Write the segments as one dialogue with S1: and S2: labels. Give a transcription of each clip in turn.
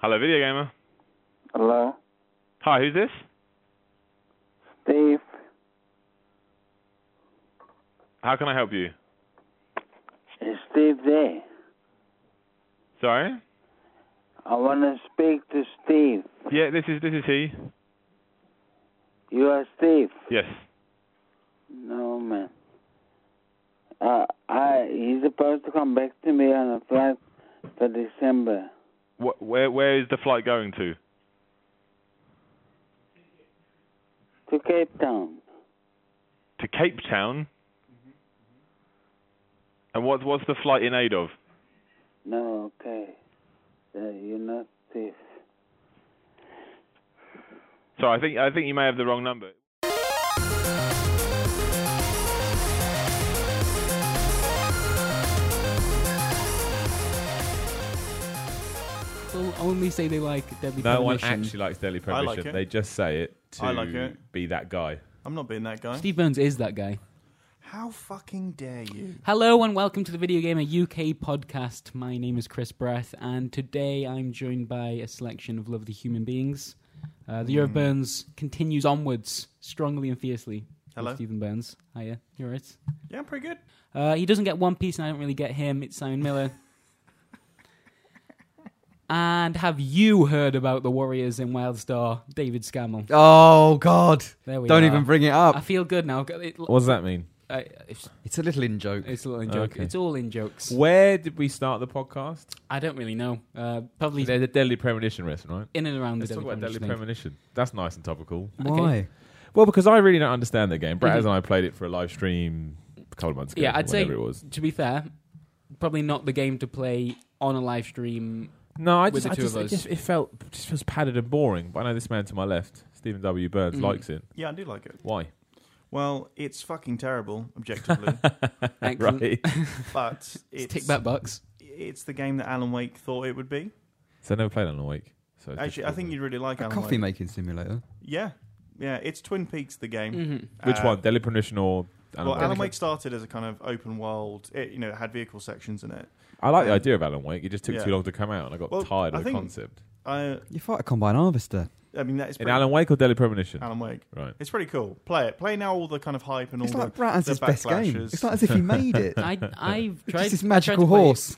S1: Hello, video gamer.
S2: Hello,
S1: Hi, who's this?
S2: Steve.
S1: How can I help you?
S2: Is Steve there?
S1: Sorry.
S2: I want to speak to Steve.
S1: Yeah, this is this is he.
S2: You are Steve.
S1: Yes.
S2: No man. Uh, I he's supposed to come back to me on a flight for December.
S1: Wh- where where is the flight going to?
S2: to Cape Town.
S1: To Cape Town. And what's what's the flight in aid of?
S2: No, okay. Uh, you're not safe.
S1: So I think I think you may have the wrong number.
S3: People only say they like Deadly
S4: No one
S3: Premonition.
S4: actually likes Deadly
S5: I
S4: Prohibition.
S5: like it.
S4: They just say it to
S5: I like it.
S4: be that guy.
S5: I'm not being that guy.
S3: Steve Burns is that guy.
S5: How fucking dare you?
S3: Hello and welcome to the Video Gamer UK podcast. My name is Chris Breath, and today I'm joined by a selection of lovely human beings. Uh, the year of Burns continues onwards strongly and fiercely.
S5: Hello.
S3: Stephen Burns. Hiya. You alright?
S5: Yeah, I'm pretty good.
S3: Uh, he doesn't get One Piece, and I don't really get him. It's Simon Miller. and have you heard about the Warriors in Wildstar, David Scammell?
S6: Oh God!
S3: There we
S6: Don't
S3: are.
S6: even bring it
S3: I
S6: up.
S3: feel good now. It-
S4: What does that mean?
S3: I- it's,
S6: It's a little in joke.
S3: it's a little in joke.
S4: Okay.
S3: It's all in jokes.
S4: Where did we start the podcast?
S3: I don't really know. Uh, probably
S4: There's a Deadly Premonition restaurant, right?
S3: in and around
S4: Let's
S3: the
S4: talk about Deadly
S3: Deadly Premonition.
S4: Premonition. That's nice and topical.
S3: thing. Okay.
S6: Why?
S4: Well, because I really don't understand the game. Brad
S3: Mhm.
S4: and I played it for a live stream a couple of months ago.
S3: Yeah, I'd say-
S4: whatever it was.
S3: To be fair, probably not the game to play on a live stream.
S4: No, I
S3: With
S4: just,
S3: the
S4: I
S3: two of
S4: just, it
S3: us.
S4: just it felt just feels padded and boring. But I know this man to my left, Stephen W. Burns,
S3: Mhm.
S4: likes it.
S5: Yeah, I do like it.
S4: Why?
S5: Well, it's fucking terrible, objectively.
S3: Excellent.
S4: right.
S5: but
S3: Let's
S5: it's,
S3: Tick that box.
S5: it's the game that Alan Wake thought it would be.
S4: So I never played Alan Wake. So it's
S5: Actually, I
S4: difficult.
S5: think you'd really like
S6: A
S5: Alan
S6: coffee
S5: Wake.
S6: making simulator.
S5: Yeah, yeah. It's Twin Peaks, the game.
S3: Mm-hmm.
S4: Which
S5: Uh,
S4: one? Deadly Premonition or Alan
S5: well,
S4: Wake?
S5: Alan Wake started as a kind of open world. It, you know, it had vehicle sections in it.
S4: I like the idea of Alan Wake. It just took
S5: Yeah.
S4: too long to come out, and I got
S5: Well,
S4: tired
S5: I
S4: of the
S5: think-
S4: concept.
S5: I,
S6: You fight a combine harvester.
S5: I mean, that is
S4: In
S5: pretty,
S4: Alan Wake or Deadly Premonition?
S5: Alan Wake.
S4: Right.
S5: It's pretty cool. Play it. Play now all the kind of hype and all
S6: It's like
S5: the,
S6: Brat's
S5: the
S6: best game.
S5: backlashes.
S6: It's not as if he made it.
S3: I I've
S6: It's
S3: tried
S6: just his
S3: I tried
S6: magical
S3: to play it-
S6: horse.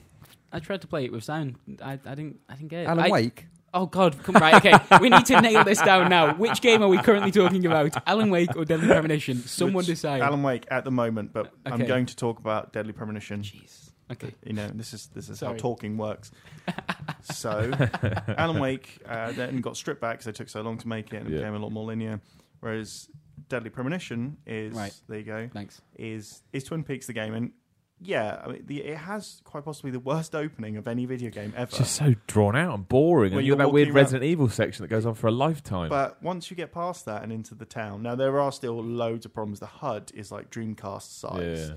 S3: I tried to play it with sound. I, I didn't I didn't get it.
S6: Alan
S3: I-
S6: Wake.
S3: Oh God! Come right. Okay, we need to nail this down now. Which game are we currently talking about? Alan Wake or Deadly Premonition? Someone
S5: Which-
S3: decide.
S5: Alan Wake at the moment, but I'm
S3: Okay.
S5: going to talk about Deadly Premonition.
S3: Jeez. Okay.
S5: You know, this is this is how
S3: Sorry.
S5: talking works. so, Alan Wake uh, then got stripped back because they took so long to make it and it
S4: Yeah.
S5: became a lot more linear. Whereas Deadly Premonition is
S3: Right.
S5: there you go
S3: Thanks.
S5: is is Twin Peaks the game and yeah, I mean, the, it has quite possibly the worst opening of any video game ever.
S4: It's just so drawn out and boring.
S5: Well,
S4: and
S5: you're
S4: you've got that weird
S5: walking around-
S4: Resident Evil section that goes on for a lifetime.
S5: But once you get past that and into the town, now there are still loads of problems. The HUD is like Dreamcast size.
S4: yeah.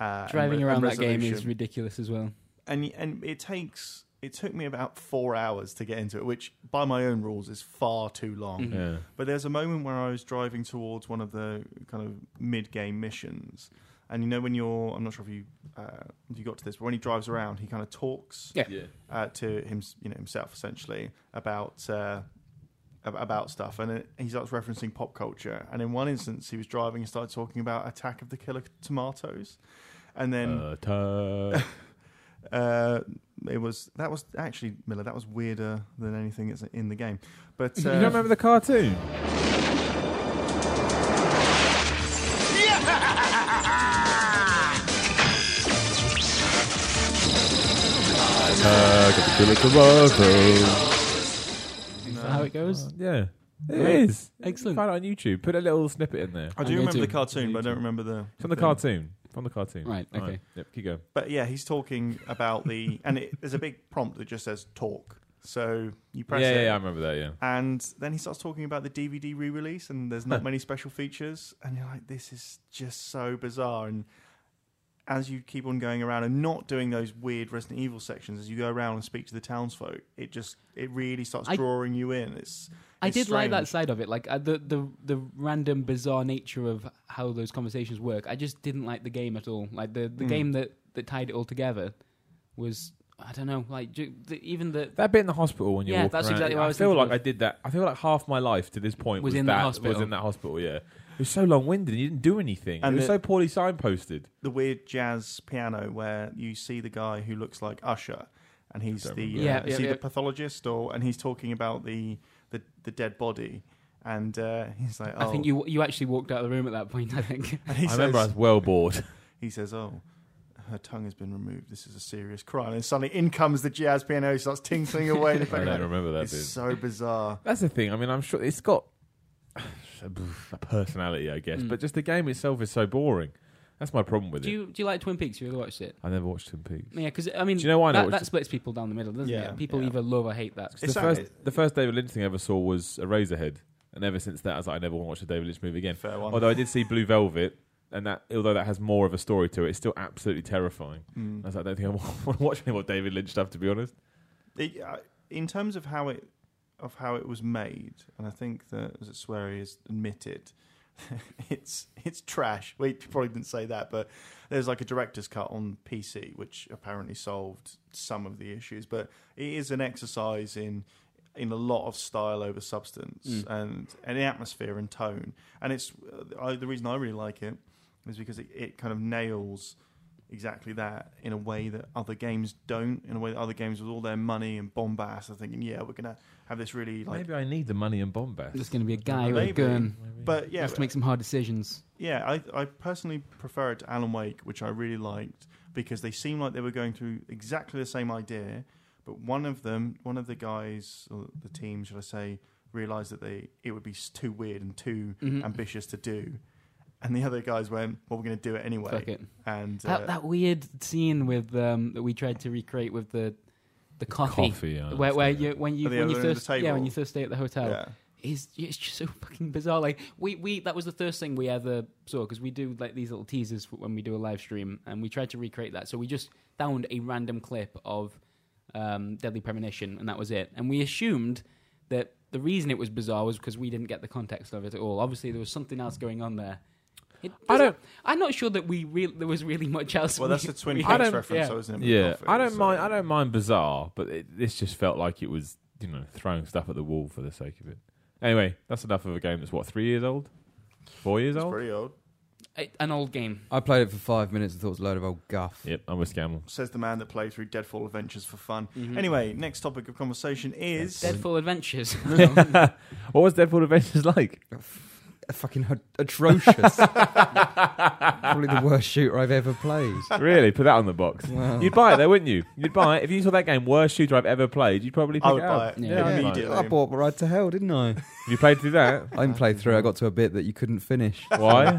S5: Uh, and
S3: Driving
S5: re-
S3: around
S5: and
S3: that game is
S5: resolution.
S3: ridiculous as well.
S5: and and it takes it took me about four hours to get into it, which by my own rules is far too long.
S3: Mm-hmm.
S4: yeah.
S5: But there's a moment where I was driving towards one of the kind of mid-game missions, and you know when you're I'm not sure if you uh, if you got to this, but when he drives around, he kind of talks
S3: Yeah.
S5: uh, to him you know himself essentially about. Uh, ab- about stuff, and it, he starts referencing pop culture. And in one instance, he was driving and started talking about Attack of the Killer Tomatoes, and then
S4: Uh, ta-
S5: uh, it was that was actually Miller. That was weirder than anything that's in the game. But
S4: you don't
S5: uh,
S4: remember the cartoon? Attack of the Killer Tomatoes.
S3: Is that how it goes?
S4: Yeah, it is.
S3: Excellent.
S4: Find it on YouTube. Put a little snippet in there.
S5: I
S3: I
S5: do
S3: do
S5: remember
S3: too.
S5: the cartoon, but I don't remember the
S4: From the
S5: thing.
S4: cartoon. From the cartoon.
S3: Right,
S4: All
S3: okay.
S4: Yep. Keep going.
S5: But yeah, he's talking about the and it, there's a big prompt that just says talk. So you press
S4: yeah,
S5: it,
S4: yeah, yeah, I remember that. Yeah.
S5: and then he starts talking about the DVD re-release, and there's not many special features, and you're like, this is just so bizarre. And as you keep on going around and not doing those weird Resident Evil sections, as you go around and speak to the townsfolk, it just it really starts
S3: I-
S5: drawing you in. It's
S3: I
S5: it's
S3: did like that
S5: strange.
S3: side of it, like uh, the the the random bizarre nature of how those conversations work. I just didn't like the game at all. Like the the game that that tied it all together was I don't know, like ju- the, even the
S4: That bit in the hospital when you
S3: Yeah,
S4: walk
S3: that's
S4: around,
S3: exactly what I was
S4: feel
S3: thinking
S4: like
S3: of.
S4: I did that. I feel like half my life to this point
S3: Was
S4: was,
S3: in the
S4: that,
S3: hospital.
S4: Was in that hospital, yeah. It was so long-winded. and You didn't do anything.
S5: And
S4: it was
S5: the-
S4: so poorly signposted.
S5: the weird jazz piano where you see the guy who looks like Usher, and he's the uh,
S3: remember. Yeah,
S5: is he
S3: yeah,
S5: the
S3: yeah.
S5: pathologist or and he's talking about the the, the dead body, and uh, he's like,
S3: I
S5: oh,
S3: think you you actually walked out of the room at that point. I think
S5: and he
S4: I remember I was
S5: says-
S4: well bored.
S5: he says, oh. Her tongue has been removed. This is a serious crime. And suddenly, in comes the jazz piano. He starts tinkling away. in the
S4: I don't
S5: background.
S4: remember that
S5: it's
S4: bit.
S5: so bizarre.
S4: That's the thing. I mean, I'm sure it's got a personality, I guess,
S3: Mm.
S4: but just the game itself is so boring. That's my problem with
S3: do
S4: it.
S3: you do you like Twin Peaks? Have you ever watched it?
S4: I never watched Twin Peaks.
S3: Yeah, because I mean,
S4: Do you know why I
S3: that,
S4: not watched
S3: that splits people down the middle, doesn't
S5: Yeah,
S3: it? People
S4: yeah.
S3: either love or hate that.
S5: It's
S4: the
S5: like-
S4: first the first David Lynch thing I ever saw was Eraserhead, and ever since that, I was like, I never want to watch a David Lynch movie again.
S5: Fair one.
S4: Although I did see Blue Velvet, and that although that has more of a story to it, it's still absolutely terrifying.
S5: Mm.
S4: I was like, I don't think I want to watch any more David Lynch stuff, to be honest.
S5: It, uh, in terms of how it of how it was made, and I think that as Swery has admitted, it's it's trash. We probably didn't say that, but there's like a director's cut on PC, which apparently solved some of the issues. But it is an exercise in in a lot of style over substance
S3: Mm.
S5: and and atmosphere and tone. And it's uh, I, the reason I really like it is because it, it kind of nails exactly that in a way that other games don't. In a way that other games with all their money and bombast are thinking, yeah, we're gonna have this really like.
S4: Maybe I need the money and bombast.
S3: There's going to be a guy with a
S5: Maybe.
S3: gun.
S5: But
S3: Yeah,
S5: yeah,
S3: has to make some hard decisions.
S5: yeah, I, I personally prefer it to Alan Wake, which I really liked because they seemed like they were going through exactly the same idea, but one of them, one of the guys or the team, should I say, realized that they it would be s- too weird and too
S3: Mhm.
S5: ambitious to do, and the other guys went, "Well, we're going to do it anyway."
S3: Fuck it.
S5: And uh,
S3: That that weird scene with um, that we tried to recreate with the the coffee,
S4: yeah,
S3: where where
S4: Oh, that's it.
S3: you when you
S5: At the
S3: when
S5: other
S3: you
S5: end of
S3: first
S5: the
S3: yeah when you
S5: table.
S3: first stay at the hotel
S5: yeah.
S3: is it's just so fucking bizarre. Like we, we that was the first thing we ever saw because we do like these little teasers for when we do a live stream, and we tried to recreate that. So we just found a random clip of um, Deadly Premonition, and that was it. And we assumed that the reason it was bizarre was because we didn't get the context of it at all. Obviously, there was something else going on there. It
S4: I
S3: doesn't-
S4: don't-
S3: I'm not sure that we real there was really much else.
S5: Well,
S3: we-
S5: that's a Twin
S3: we-
S5: Peaks
S4: don't-
S5: reference,
S3: yeah.
S5: though, isn't it? with
S4: Yeah,
S5: coffee,
S4: I don't
S5: so-
S4: mind. I don't mind bizarre, but it, this just felt like it was you know throwing stuff at the wall for the sake of it. Anyway, that's enough of a game that's what three years old, four years
S5: It's
S4: old.
S5: pretty old.
S3: a- an old game.
S6: I played it for five minutes and thought it was a load of old guff.
S4: Yep, I'm with Scammel.
S5: Says the man that played through Deadfall Adventures for fun.
S3: Mhm.
S5: Anyway, next topic of conversation is
S3: Deadfall Adventures.
S4: what was Deadpool Adventures like?
S6: Fucking ho- atrocious. Probably the worst shooter I've ever played.
S4: really, put that on the box.
S6: Wow.
S4: You'd buy it though, wouldn't you? You'd buy it if you saw that game worst shooter I've ever played. You'd probably pick
S5: I would
S4: it up.
S5: buy it
S3: Yeah, I'd buy it.
S5: immediately.
S6: I bought Ride to Hell, didn't I?
S4: You played through that?
S6: I didn't play through. I got to a bit that you couldn't finish.
S4: Why?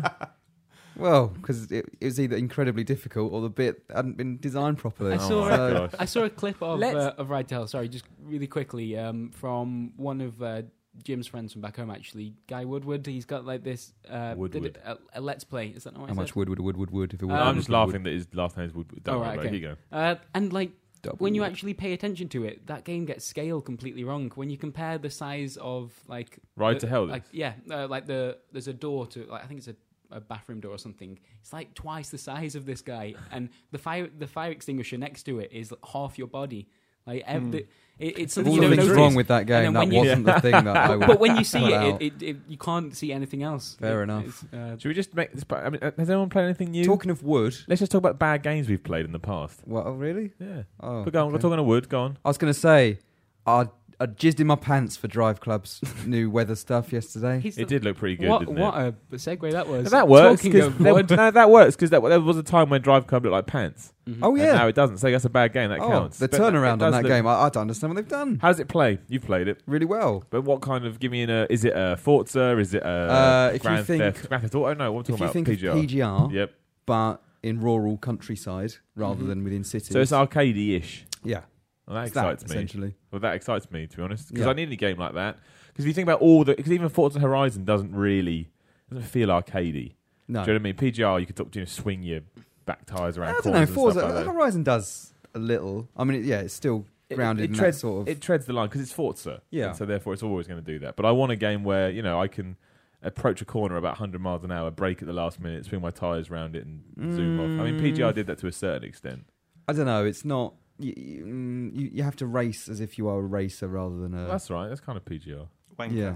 S6: Well, because it, it was either incredibly difficult or the bit hadn't been designed properly.
S3: I saw
S4: my
S6: So-
S4: gosh.
S3: I saw a clip of
S4: Let's-
S3: uh, of Ride Tail. Sorry, just really quickly um, from one of uh, Jim's friends from back home. Actually, Guy Woodward. He's got like this. Uh,
S4: Woodward.
S3: did it- a, a let's play. Is that not what I
S6: How much
S3: said?
S6: wood would would would would if it
S3: No,
S6: would?
S4: No, I'm
S6: would,
S4: just
S6: would,
S4: laughing that his last name's Woodward. Don't
S3: Oh,
S4: worry
S3: right,
S4: about it.
S3: okay.
S4: Here you go.
S3: Uh, and like
S6: would. Double
S3: when you
S6: wood.
S3: actually pay attention to it, that game gets scale completely wrong. When you compare the size of like
S4: Ride
S3: the-
S4: to Hell,
S3: like yeah, uh, like the there's a door to like I think it's a, a bathroom door or something. It's like twice the size of this guy, and the fire the fire extinguisher next to it is half your body. Like ev- the- it, it's
S6: Of
S3: something
S6: Hmm. all
S3: you
S6: the
S3: don't
S6: things
S3: notice.
S6: wrong with that
S3: then
S6: game, that
S3: when you-
S6: wasn't the thing that I would.
S3: but when you see
S6: pull
S3: it,
S6: out.
S3: it, it, it, you can't see anything else.
S6: Fair
S3: It-
S6: enough.
S3: it's, uh,
S4: Should we just make this? I mean, uh, has anyone played anything new?
S6: talking of wood,
S4: Let's just talk about bad games we've played in the past.
S6: what? Oh, really?
S4: Yeah.
S6: Oh,
S4: but go on, we're
S6: okay.
S4: talking of wood. Go on.
S6: I was going to say, I I jizzed in my pants for Drive Club's new weather stuff yesterday.
S3: he's
S4: It
S3: the-
S4: did look pretty good,
S3: what
S4: didn't
S3: what
S4: it?
S3: a segue that was.
S4: Now that works.
S3: Talking
S4: 'cause
S3: of
S4: there,
S3: wood.
S4: no, that works because that, there was a time when Drive Club looked like pants.
S3: Mhm.
S6: Oh
S4: And
S6: yeah.
S4: now it doesn't. So that's a bad game. That
S6: oh,
S4: counts.
S6: the
S4: But that-
S6: turnaround
S4: it
S6: on
S4: does
S6: that
S4: look-
S6: game, I, I don't understand what they've done.
S4: How does it play? You've played it.
S6: Really well.
S4: But what kind of? Give me in a. Is it a Forza? Is it a
S6: Uh, if you
S4: Grand
S6: think-
S4: Theft? Grand Theft Auto? No, what am
S6: If you
S4: talking
S6: think of
S4: about? PGR.
S6: PGR,
S4: Yep.
S6: but in rural countryside rather than within cities.
S4: Mm-hmm. So it's arcadey-ish.
S6: yeah,
S4: Well, that
S6: it's that,
S4: excites me.
S6: essentially.
S4: Well, that excites me to be honest, because
S6: Yeah.
S4: I need a game like that. Because if you think about all the, because even Forza Horizon doesn't really doesn't feel arcadey.
S6: No,
S4: Do you know what I mean? PGR, you could you know, swing your back tires around.
S6: I don't
S4: corners
S6: know.
S4: and
S6: Forza
S4: stuff like that.
S6: Horizon does a little. I mean, it, yeah, it's still grounded in
S4: treads,
S6: that sort of.
S4: It treads the line because it's Forza.
S6: Yeah.
S4: And so therefore, it's always going to do that. But I want a game where you know I can approach a corner about 100 miles an hour, break at the last minute, swing my tires around it, and zoom off. I mean, PGR did that to a certain extent.
S6: I don't know. It's not. you, you, you have to race as if you are a racer rather than a.
S4: That's right. That's kind of PGR.
S5: Wanker.
S6: yeah,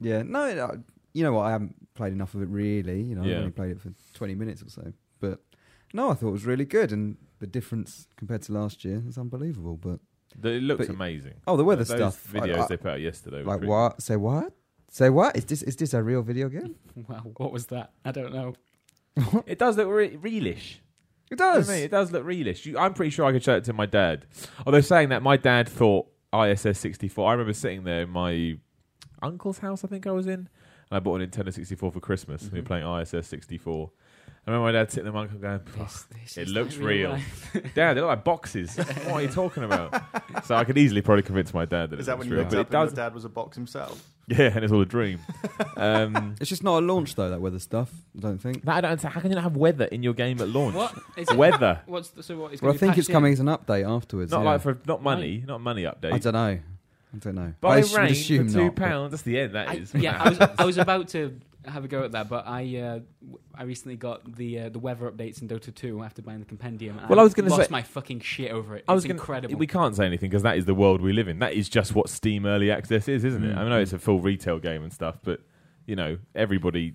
S6: yeah. No, I, you know what? I haven't played enough of it really. You know,
S4: Yeah.
S6: I've only played it for twenty minutes or so. But no, I thought it was really good, and the difference compared to last year is unbelievable. But
S4: The- It looks
S6: But-
S4: amazing.
S6: oh, the weather
S4: Those
S6: stuff. I-
S4: videos
S6: I-
S4: they put out yesterday. were
S6: like
S4: pretty-
S6: what? Say what? Say what? Is this is this a real video game?
S3: Wow, what was that? I don't know.
S4: It does look re- realish.
S6: It
S4: You know
S6: does.
S4: what I mean? It does look realish. You, I'm pretty sure I could show it to my dad. Although saying that, my dad thought ISS 64. I remember sitting there in my uncle's house, I think I was in, and I bought a Nintendo 64 for Christmas. and We were playing ISS 64. I remember my dad sitting there, my uncle going,
S3: This, this
S4: It
S3: is
S4: looks
S3: like
S4: real.
S3: life.
S4: Dad, they look like boxes. what are you talking about? So I could easily probably convince my dad that
S5: Is
S4: it's
S5: that when you
S4: real.
S5: looked
S4: but
S5: up
S4: it
S5: and your
S4: does,
S5: dad was a box himself?
S4: yeah, and it's all a dream. um,
S6: It's just not a launch though. That weather stuff. I don't think.
S4: that I don't understand. How can you not have weather in your game at launch?
S3: What? Is it-
S4: Weather.
S3: What's the, so what is
S6: Well, I think it's coming as an update afterwards.
S4: Not
S6: yeah.
S4: like for not money, not money update.
S6: I don't know. I don't know.
S4: Buy
S6: I
S4: rain
S6: sh- would assume
S4: for two
S6: not, but-
S4: pounds. That's the end. That
S3: I,
S4: is.
S3: yeah, I was, I was about to have a go at that, but I uh, w- I recently got the uh, the weather updates in Dota 2 after buying the compendium. and
S4: Well, I was gonna
S3: lost
S4: say-
S3: my fucking shit over it.
S4: I was
S3: it's
S4: gonna-
S3: incredible.
S4: We can't say anything because that is the world we live in. That is just what Steam Early Access is, isn't
S3: Mm,
S4: it? I know it's a full retail game and stuff, but you know everybody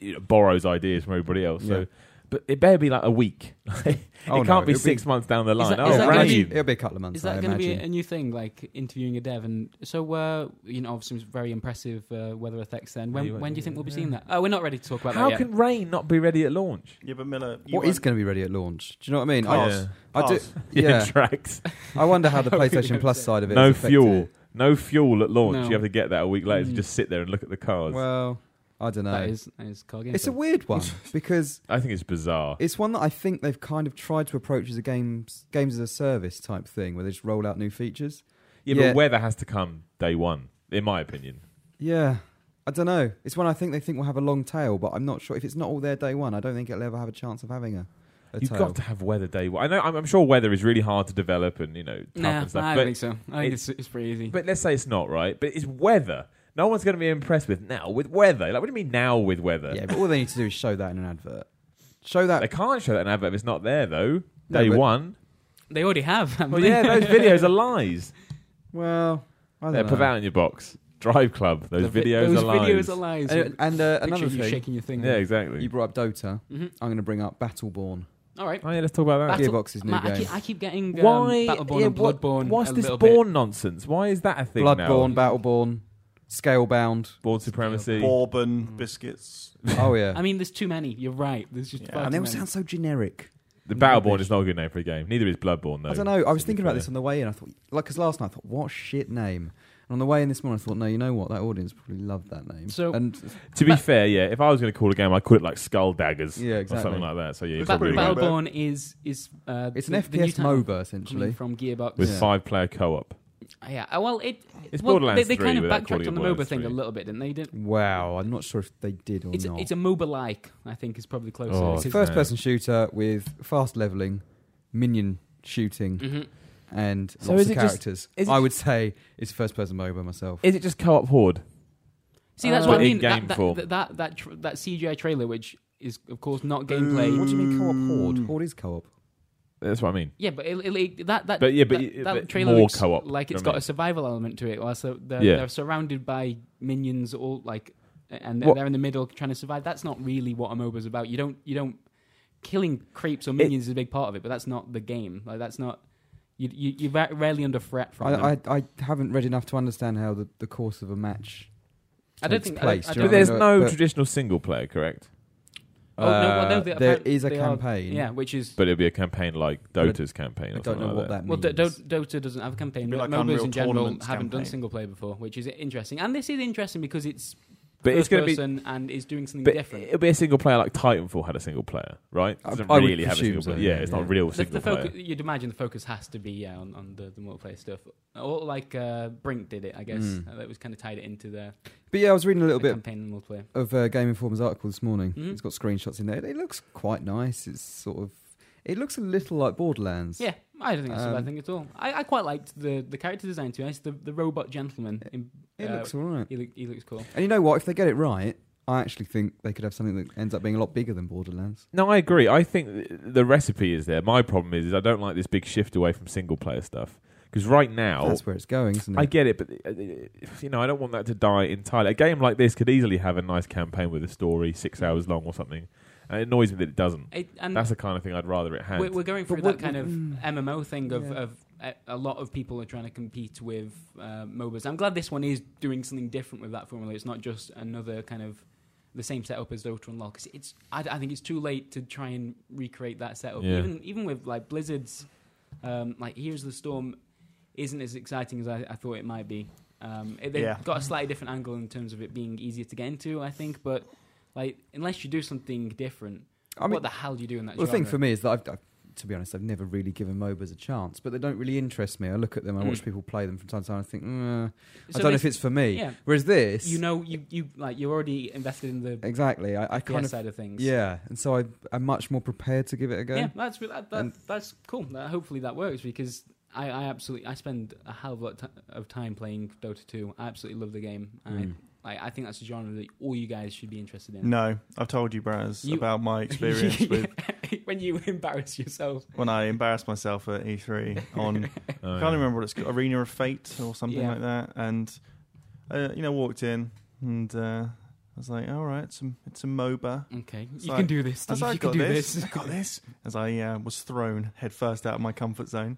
S4: you know, borrows ideas from everybody else. So,
S6: Yeah.
S4: but it better be like a week. it
S6: Oh,
S4: can't
S6: no,
S4: be
S6: it'll
S4: six
S6: be-
S4: months down the line.
S3: that-
S4: oh,
S3: is that gonna
S4: rain.
S3: be-
S6: It'll be a couple of months.
S3: Is that
S6: I
S3: going to be
S6: imagine.
S3: a new thing, like interviewing a dev? And so, uh, you know, obviously very impressive uh, weather effects. Then, when
S4: Yeah,
S3: when do you think we'll be seeing
S4: yeah.
S3: that? Oh, we're not ready to talk about
S4: How
S3: that
S4: can rain not be ready at launch?
S5: Yeah, but Miller, you
S6: What is
S5: won't-
S6: going to be ready at launch? Do you know what I mean?
S5: Cars.
S4: Oh, Yeah.
S6: I, I do.
S5: Cars.
S6: Yeah.
S4: tracks.
S6: I wonder how the
S3: I really
S6: PlayStation
S3: hope
S6: Plus
S3: so.
S6: side of it.
S4: No
S6: is affected.
S4: fuel. No fuel at launch.
S3: No.
S4: You have to get that a week later to
S3: Mm.
S4: just sit there and look at the cars.
S6: Well, I don't know.
S3: That is that is Carl
S6: it's a
S3: Gameplay.
S6: weird one because
S4: I think it's bizarre.
S6: it's one that I think they've kind of tried to approach as a games games as a service type thing, where they just roll out new features.
S4: yeah,
S6: yeah.
S4: but weather has to come day one, in my opinion.
S6: Yeah. I don't know. It's one I think they think will have a long tail, but I'm not sure if it's not all there day one. I don't think it'll ever have a chance of having a, a
S4: You've
S6: tail.
S4: got to have weather day one. I know. I'm, I'm sure weather is really hard to develop and you know tough
S3: Nah,
S4: and stuff.
S3: I
S4: but,
S3: don't think so. I think it's, it's pretty easy.
S4: but let's say it's not right. But it's weather. No one's going to be impressed with now with weather. Like, what do you mean now with weather?
S6: Yeah, but all they need to do is show that in an advert. Show
S4: They
S6: that.
S4: can't show that in advert if it's not there though.
S6: No,
S4: Day
S6: but-
S4: one.
S3: they already have. haven't
S4: Well,
S3: they?
S4: yeah, those videos are lies.
S6: Well, I don't
S4: They're
S6: know.
S4: put out in your box. Drive Club. Those
S3: The vi-
S4: videos
S3: those
S4: are lies.
S3: videos are lies.
S6: And, and uh,
S3: Picture
S6: another
S3: you
S6: thing,
S3: shaking your thing.
S4: Yeah, exactly.
S6: you brought up Dota.
S3: Mhm.
S6: I'm going to bring up Battleborn.
S3: All right.
S4: Oh yeah, let's talk about that.
S3: Battle-
S6: Gearbox's new
S3: Matt, I
S6: game.
S3: keep, I keep getting um,
S4: Why?
S3: Battleborn
S4: yeah,
S3: and
S4: what-
S3: Bloodborne.
S4: what's
S3: a
S4: this
S3: little bit.
S4: born nonsense? Why is that a thing
S6: Bloodborne,
S4: now?
S6: Battleborn, Scalebound.
S4: Born supremacy.
S5: Bourbon biscuits.
S6: Oh yeah,
S3: I mean, there's too many. You're right. There's just
S5: Yeah.
S3: far
S6: and they
S3: too
S6: all
S3: many.
S6: sound so generic.
S4: The Battleborn is not a good name for a game. Neither is Bloodborne, though.
S6: I don't know. I was
S4: to be
S6: thinking about
S4: fair.
S6: this on the way in. I thought, like, because last night I thought, what a shit name. And on the way in this morning, I thought, no, you know what? That audience probably loved that name.
S3: So-
S6: and
S4: To be fair, yeah, if I was going to call a game, I'd call it like Skull Daggers
S6: Yeah,
S4: or
S6: exactly.
S4: something like that. So yeah, you're
S5: It's
S3: Ba-
S4: probably
S5: pretty
S4: right.
S5: bad.
S3: Battleborn is is uh,
S6: it's
S3: the-
S6: an
S3: the new
S6: FPS
S3: title
S6: MOBA
S3: coming
S6: essentially.
S3: from Gearbox.
S4: with
S6: Yeah.
S4: five-player co-op.
S3: Yeah, uh, well, it
S4: It's
S3: well,
S4: Borderlands
S3: they, they
S4: 3
S3: kind of
S4: without
S3: backtracked
S4: calling
S3: on
S4: it
S3: the MOBA
S4: Borderlands
S3: thing a
S4: 3.
S3: little bit, didn't they? Didn't,
S6: Wow, I'm not sure if they did or
S3: it's
S6: not.
S3: it's a MOBA like, I think, is probably closer.
S4: Oh,
S6: It's a
S4: Isn't
S6: first
S4: it?
S6: person shooter with fast leveling, minion shooting,
S3: hmm
S6: and
S4: So is
S6: lots of
S4: it just-
S6: characters.
S4: is it
S6: I
S4: ju-
S6: would say it's first person MOBA myself.
S4: Is it just co-op horde?
S3: See, that's
S6: Uh,
S3: what
S4: But
S3: I
S4: in
S3: mean.
S4: game
S3: That that,
S4: form.
S3: that that that tr- that CGI trailer, which is of course not
S4: Mm.
S3: gameplay.
S6: what do you mean co op horde?
S5: Mm.
S6: Horde is co op.
S4: That's what I mean.
S3: Yeah, but it, it- it- that that
S4: But yeah, but
S3: that,
S4: it-
S3: that
S4: but
S3: trailer
S4: more
S3: looks
S4: co-op,
S3: like
S4: you
S3: it's
S4: know what I
S3: got a survival element to it. Well, so they're,
S4: Yeah.
S3: they're surrounded by minions, all like, and
S4: What-
S3: they're in the middle trying to survive. That's not really what a MOBA's about. You don't you don't killing creeps or minions is a big part of it, but that's not the game. Like that's not you you you're ra- rarely under threat from them.
S6: I, I, I haven't read enough to understand how the, the course of a match.
S3: I don't
S6: takes
S3: think- I-
S6: place,
S3: I
S6: do you
S4: But
S3: don't-
S6: know what I
S4: there's
S6: mean?
S4: no
S6: But-
S4: traditional single player, correct?
S3: Oh, no, well, no,
S4: Uh,
S3: they-
S6: there
S3: apparently
S6: is a
S3: they are-
S6: campaign.
S3: yeah, which is
S4: But it'd be a campaign like
S6: But I-
S4: Dota's campaign. Or
S6: I don't know
S4: something
S6: what
S4: like
S6: that
S3: Well,
S6: means.
S3: Do- Do- Dota doesn't have a campaign.
S5: It'd be like
S3: MOBAs
S5: Unreal
S3: in general haven't
S5: Tournament's
S3: done
S5: campaign.
S3: single player before, which is interesting. And this is interesting because it's
S4: But it's
S3: first
S4: going to be
S3: person and is doing something
S4: But
S3: different.
S4: it'll be a single player like Titanfall had a single player, right?
S6: I-
S4: Doesn't
S6: I would
S4: really have a
S6: presume
S4: single
S6: so,
S4: player. Yeah,
S6: yeah,
S4: it's
S6: yeah.
S4: not real
S3: the,
S4: single
S3: the
S4: player.
S3: focus, you'd imagine the focus has to be yeah, on, on the, the multiplayer stuff. Or like uh, Brink did it, I guess.
S6: Mm.
S3: Uh, that was kind of tied it into the,
S6: But yeah, I was reading a little
S3: the
S6: bit
S3: campaign and multiplayer.
S6: of uh, Game Informer's article this morning.
S3: Mhm.
S6: It's got screenshots in there. It looks quite nice. It's sort of. It looks a little like Borderlands.
S3: Yeah, I don't think that's a
S6: Um,
S3: bad thing at all. I, I quite liked the, the character design too. Nice, the, the robot gentleman. In,
S6: It
S3: uh,
S6: looks alright.
S3: he, look, he looks cool.
S6: And you know what? If they get it right, I actually think they could have something that ends up being a lot bigger than Borderlands.
S4: No, I agree. I think th- the recipe is there. My problem is, is I don't like this big shift away from single player stuff because right now
S6: That's where it's going, isn't it?
S4: I get it, but uh, you know I don't want that to die entirely. A game like this could easily have a nice campaign with a story, six hours long or something. And it annoys me that it doesn't.
S3: It, and
S4: That's the kind of thing I'd rather it had.
S3: we're, we're going through
S6: But what- Mm.
S3: that kind of MMO thing of,
S6: Yeah.
S3: of a, a lot of people are trying to compete with uh, MOBAs. I'm glad this one is doing something different with that formula. It's not just another kind of the same setup as Dota and LoL. 'cause it's, I, I think it's too late to try and recreate that setup.
S4: Yeah.
S3: Even even with like Blizzard's, um, like Here's the Storm, isn't as exciting as I, I thought it might be. Um, it- they've
S5: Yeah.
S3: got a slightly different angle in terms of it being easier to get into, I think. But like, unless you do something different,
S6: I mean,
S3: what the hell do you do in that?
S6: Well, the thing
S3: genre?
S6: for me is that I've, I've, to be honest, I've never really given MOBAs a chance, but they don't really interest me. I look at them, I watch
S3: Mm.
S6: people play them from time to time, and I think, mm, uh, I
S3: So
S6: don't know
S3: they-
S6: if it's for me.
S3: yeah.
S6: Whereas this,
S3: you know you you like you're already invested in the
S6: exactly, I, I
S3: PS
S6: kind of,
S3: side of things.
S6: yeah, and so I, I'm much more prepared to give it a go.
S3: yeah, that's re- that, that,
S6: And-
S3: that's cool. That, hopefully that works because I, I absolutely I spend a hell of a lot ti- of time playing Dota 2. I absolutely love the game. And I, like I think that's a genre that all you guys should be interested in.
S5: Mm. No, I've told you, Braz,
S3: You-
S5: about my experience
S3: Yeah.
S5: with
S3: when you embarrass yourself.
S5: when I embarrassed myself at E3 on
S4: Oh,
S5: I
S4: yeah.
S5: can't remember what it's called, Arena of Fate or something
S3: Yeah.
S5: like that. And uh, you know, walked in and uh, I was like, "All right, it's a, it's a MOBA."
S3: Okay,
S5: It's
S3: you
S5: like-
S3: can do this.
S5: As
S3: Steve,
S5: I
S3: you can
S5: got
S3: do
S5: this,
S3: this.
S5: I got this. As I uh, was thrown headfirst out of my comfort zone,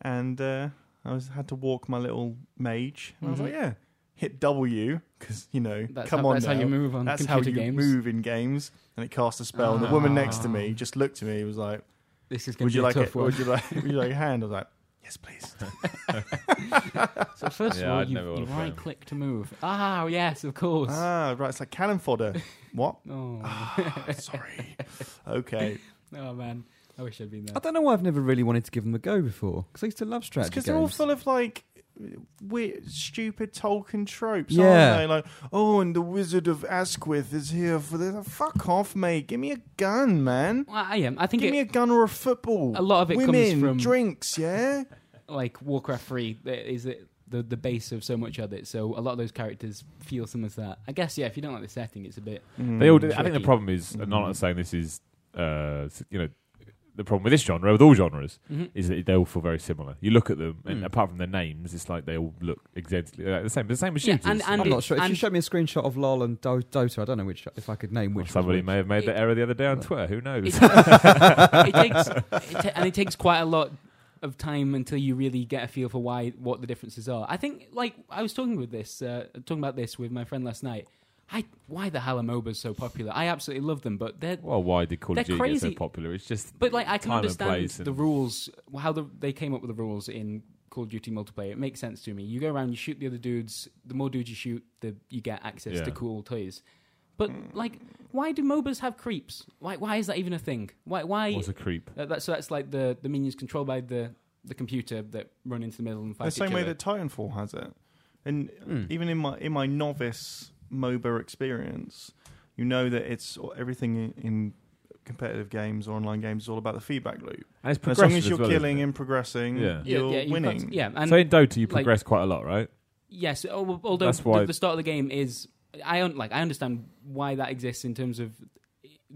S5: and uh, I was had to walk my little mage. And I was
S3: Mhm.
S5: like, "Yeah, hit W because you know,
S3: That's
S5: come
S3: how,
S5: on,
S3: that's how
S5: now.
S3: you move on
S5: that's how
S3: computer
S5: you
S3: games.
S5: move in games." And it cast a spell, and the woman next to me
S3: Ah.
S5: just looked at me. and Was like,
S3: This is going to
S5: "Would
S3: be
S5: you
S3: a
S5: like
S3: tough
S5: it?
S3: one.
S5: Would you like? Would you like a hand?" I was like, "Yes, please."
S3: So first
S4: Yeah,
S3: of all,
S4: I'd
S3: you,
S4: never wanna play
S3: right
S4: them.
S3: click to move. Ah, yes, of course.
S5: Ah, right. It's like cannon fodder. what?
S3: oh.
S5: Ah, sorry. Okay.
S3: oh man, I wish I'd been there.
S6: I don't know why I've never really wanted to give them a go before because I used to love strategy
S5: Because
S6: games.
S5: they're all full of like weird, stupid Tolkien tropes,
S6: Yeah.
S5: aren't they? Like, oh, and the Wizard of Asquith is here for this. Fuck off, mate. Give me a gun, man.
S3: Well, I am. I think
S5: Give me
S3: it,
S5: a gun or a football.
S3: a lot of it comes
S5: Women,
S3: from-
S5: drinks, yeah.
S3: like Warcraft Three that is it the the base of so much of it. So a lot of those characters feel some of that. I guess yeah. If you don't like the setting, it's a bit.
S4: They all. do- I think the
S3: tricky.
S4: problem is, and I'm not saying this is, uh, s- you know, the problem with this genre with all genres
S3: Mhm.
S4: is that they all feel very similar. You look at them, and
S6: Mm.
S4: apart from their names, it's like they all look exactly like the same. The same as
S3: Yeah,
S4: shooters.
S3: and- and
S6: I'm not sure. If you
S3: and-
S6: showed me a screenshot of LOL and Do- Dota, I don't know which if I could name
S4: Well,
S6: which. was
S4: somebody
S6: which.
S4: may have made
S3: It-
S4: that error the other day on
S6: Well.
S4: Twitter. Who knows?
S3: It, it takes it ta- and it takes quite a lot of time until you really get a feel for why what the differences are. I think like I was talking with this uh, talking about this with my friend last night. I why the hell are MOBAs so popular? I absolutely love them, but they're
S4: well, why did Call
S3: They're
S4: of Duty get so
S3: crazy.
S4: popular? It's just
S3: But like, I can
S4: time and
S3: understand
S4: place
S3: the
S4: and-
S3: rules, how the, they came up with the rules in Call of Duty multiplayer. It makes sense to me. You go around, you shoot the other dudes. The more dudes you shoot, the you get access
S4: Yeah.
S3: to cool toys. But like, why do MOBAs have creeps? Why why is that even a thing? Why why?
S4: What's a creep?
S3: Uh, that, so that's like the the minions controlled by the the computer that run into the middle and fight
S5: the same
S3: each
S5: way
S3: other.
S5: that Titanfall has it. And
S3: Hmm.
S5: even in my in my novice MOBA experience, you know that it's everything in, in competitive games or online games is all about the feedback loop.
S4: And it's
S5: And as long
S4: progression
S5: as you're
S4: well, isn't
S5: killing
S4: it?
S5: and progressing,
S4: Yeah.
S3: Yeah,
S5: you're
S3: yeah, you've got-
S5: winning.
S3: yeah, and
S4: so in Dota, you
S3: like-
S4: progress quite a lot, right?
S3: Yes, al- although
S4: That's
S3: the-
S4: why-
S3: the, start of the game is, I un- like I understand why that exists in terms of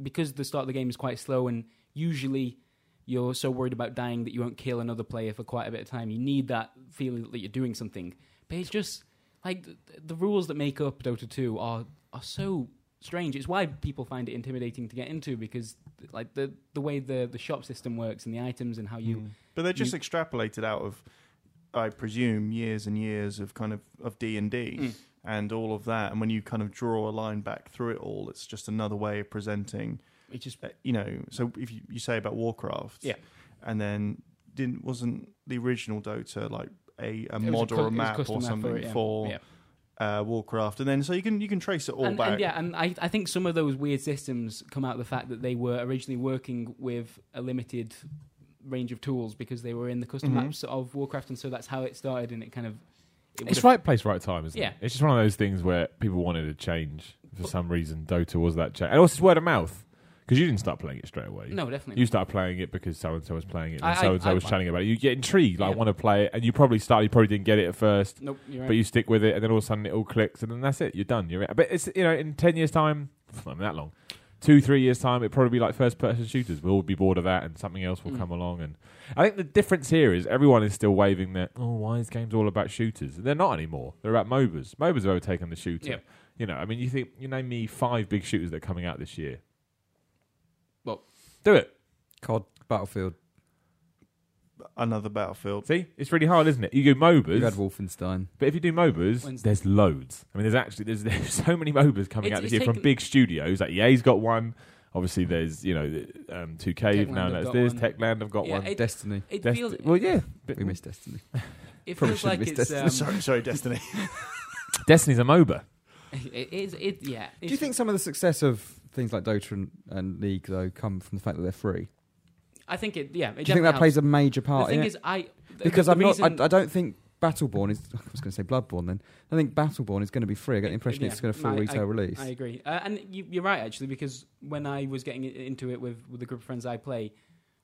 S3: because the start of the game is quite slow and usually you're so worried about dying that you won't kill another player for quite a bit of time. You need that feeling that you're doing something, but it's just like the, the rules that make up Dota Two are are so strange. It's why people find it intimidating to get into because like the the way the the shop system works and the items and how you
S5: Mm. But they're just extrapolated out of, I presume, years and years of kind of of D and
S4: Mm.
S3: Mm.
S5: D and all of that. And when you kind of draw a line back through it all, it's just another way of presenting.
S3: it just
S5: uh, You know, so if you, you say about Warcraft,
S3: Yeah.
S5: and then didn't wasn't the original Dota like a, a
S3: it was
S5: mod
S3: cu-
S5: or a
S3: it was
S5: map
S3: custom
S5: or
S3: map
S5: something
S3: it, yeah.
S5: for
S3: Yeah.
S5: Uh, Warcraft, and then so you can you can trace it all
S3: and,
S5: back.
S3: and yeah, and I, I think some of those weird systems come out of the fact that they were originally working with a limited range of tools because they were in the custom
S5: Mhm.
S6: Mm-hmm.
S3: maps of Warcraft, and so that's how it started, and it kind of
S4: It's
S3: it would've-
S4: right place, right time, isn't
S3: Yeah.
S4: it? It's just one of those things where people wanted a change for some reason. Dota was that change, and also it's word of mouth. Because you didn't start playing it straight away.
S3: No, definitely.
S4: You started playing it because so and so was playing it,
S3: I-
S4: and so and
S3: I-
S4: so was
S3: I-
S4: chatting about it. You get intrigued, like
S3: Yeah.
S4: want to play it, and you probably start. You probably didn't get it at first,
S3: nope, you're right.
S4: but you stick with it, and then all of a sudden it all clicks, and then that's it. You're done. You're. It. But it's you know in ten years time, it's not that long, two three years time, it probably be like first person shooters. We'll all be bored of that, and something else will
S3: Mm.
S4: come along. And I think the difference here is everyone is still waving that. Oh, why is games all about shooters? They're not anymore. They're about MOBAs. MOBAs have overtaken the shooter.
S3: Yep.
S4: You know, I mean, you think you name me five big shooters that are coming out this year.
S3: Well-
S4: do it.
S6: COD, Battlefield,
S5: Another Battlefield.
S4: See, it's really hard, isn't it? You go MOBAs,
S6: Red Wolfenstein.
S4: but if you do MOBAs,
S3: When's-
S4: there's loads. I mean, there's actually there's, there's so many MOBAs coming
S3: It's-
S4: out this
S3: it's
S4: year from
S3: taken-
S4: big studios. Like EA's got one. Obviously, there's you know the, um, 2K you've
S3: Techland
S4: now
S3: have
S4: knows
S3: got
S4: this.
S3: one.
S4: Techland have got
S3: Yeah,
S4: one.
S3: it-
S6: Destiny.
S3: it
S4: Desti-
S3: feels
S4: well, yeah, but
S6: We missed Destiny.
S3: it
S6: probably
S3: feels
S6: shouldn't
S3: like
S6: have missed
S3: it's um,
S5: sorry, sorry, Destiny.
S4: Destiny's a MOBA.
S3: um, it is it yeah.
S6: Do you think some of the success of things like Dota and, and League though come from the fact that they're free?
S3: I think it yeah. It
S6: Do you think that
S3: definitely
S6: plays
S3: helps.
S6: a major
S3: The
S6: part in
S3: thing
S6: it?
S3: is, I
S6: because
S3: the,
S6: I'm
S3: the
S6: not.
S3: reason-
S6: I, I don't think Battleborn is. I was going to say Bloodborne. Then I think Battleborn is going to be free. I get the impression
S3: Yeah,
S6: it's going to full
S3: I-
S6: retail release.
S3: I agree, uh, and you, you're right actually. Because when I was getting i- into it with, with the group of friends I play,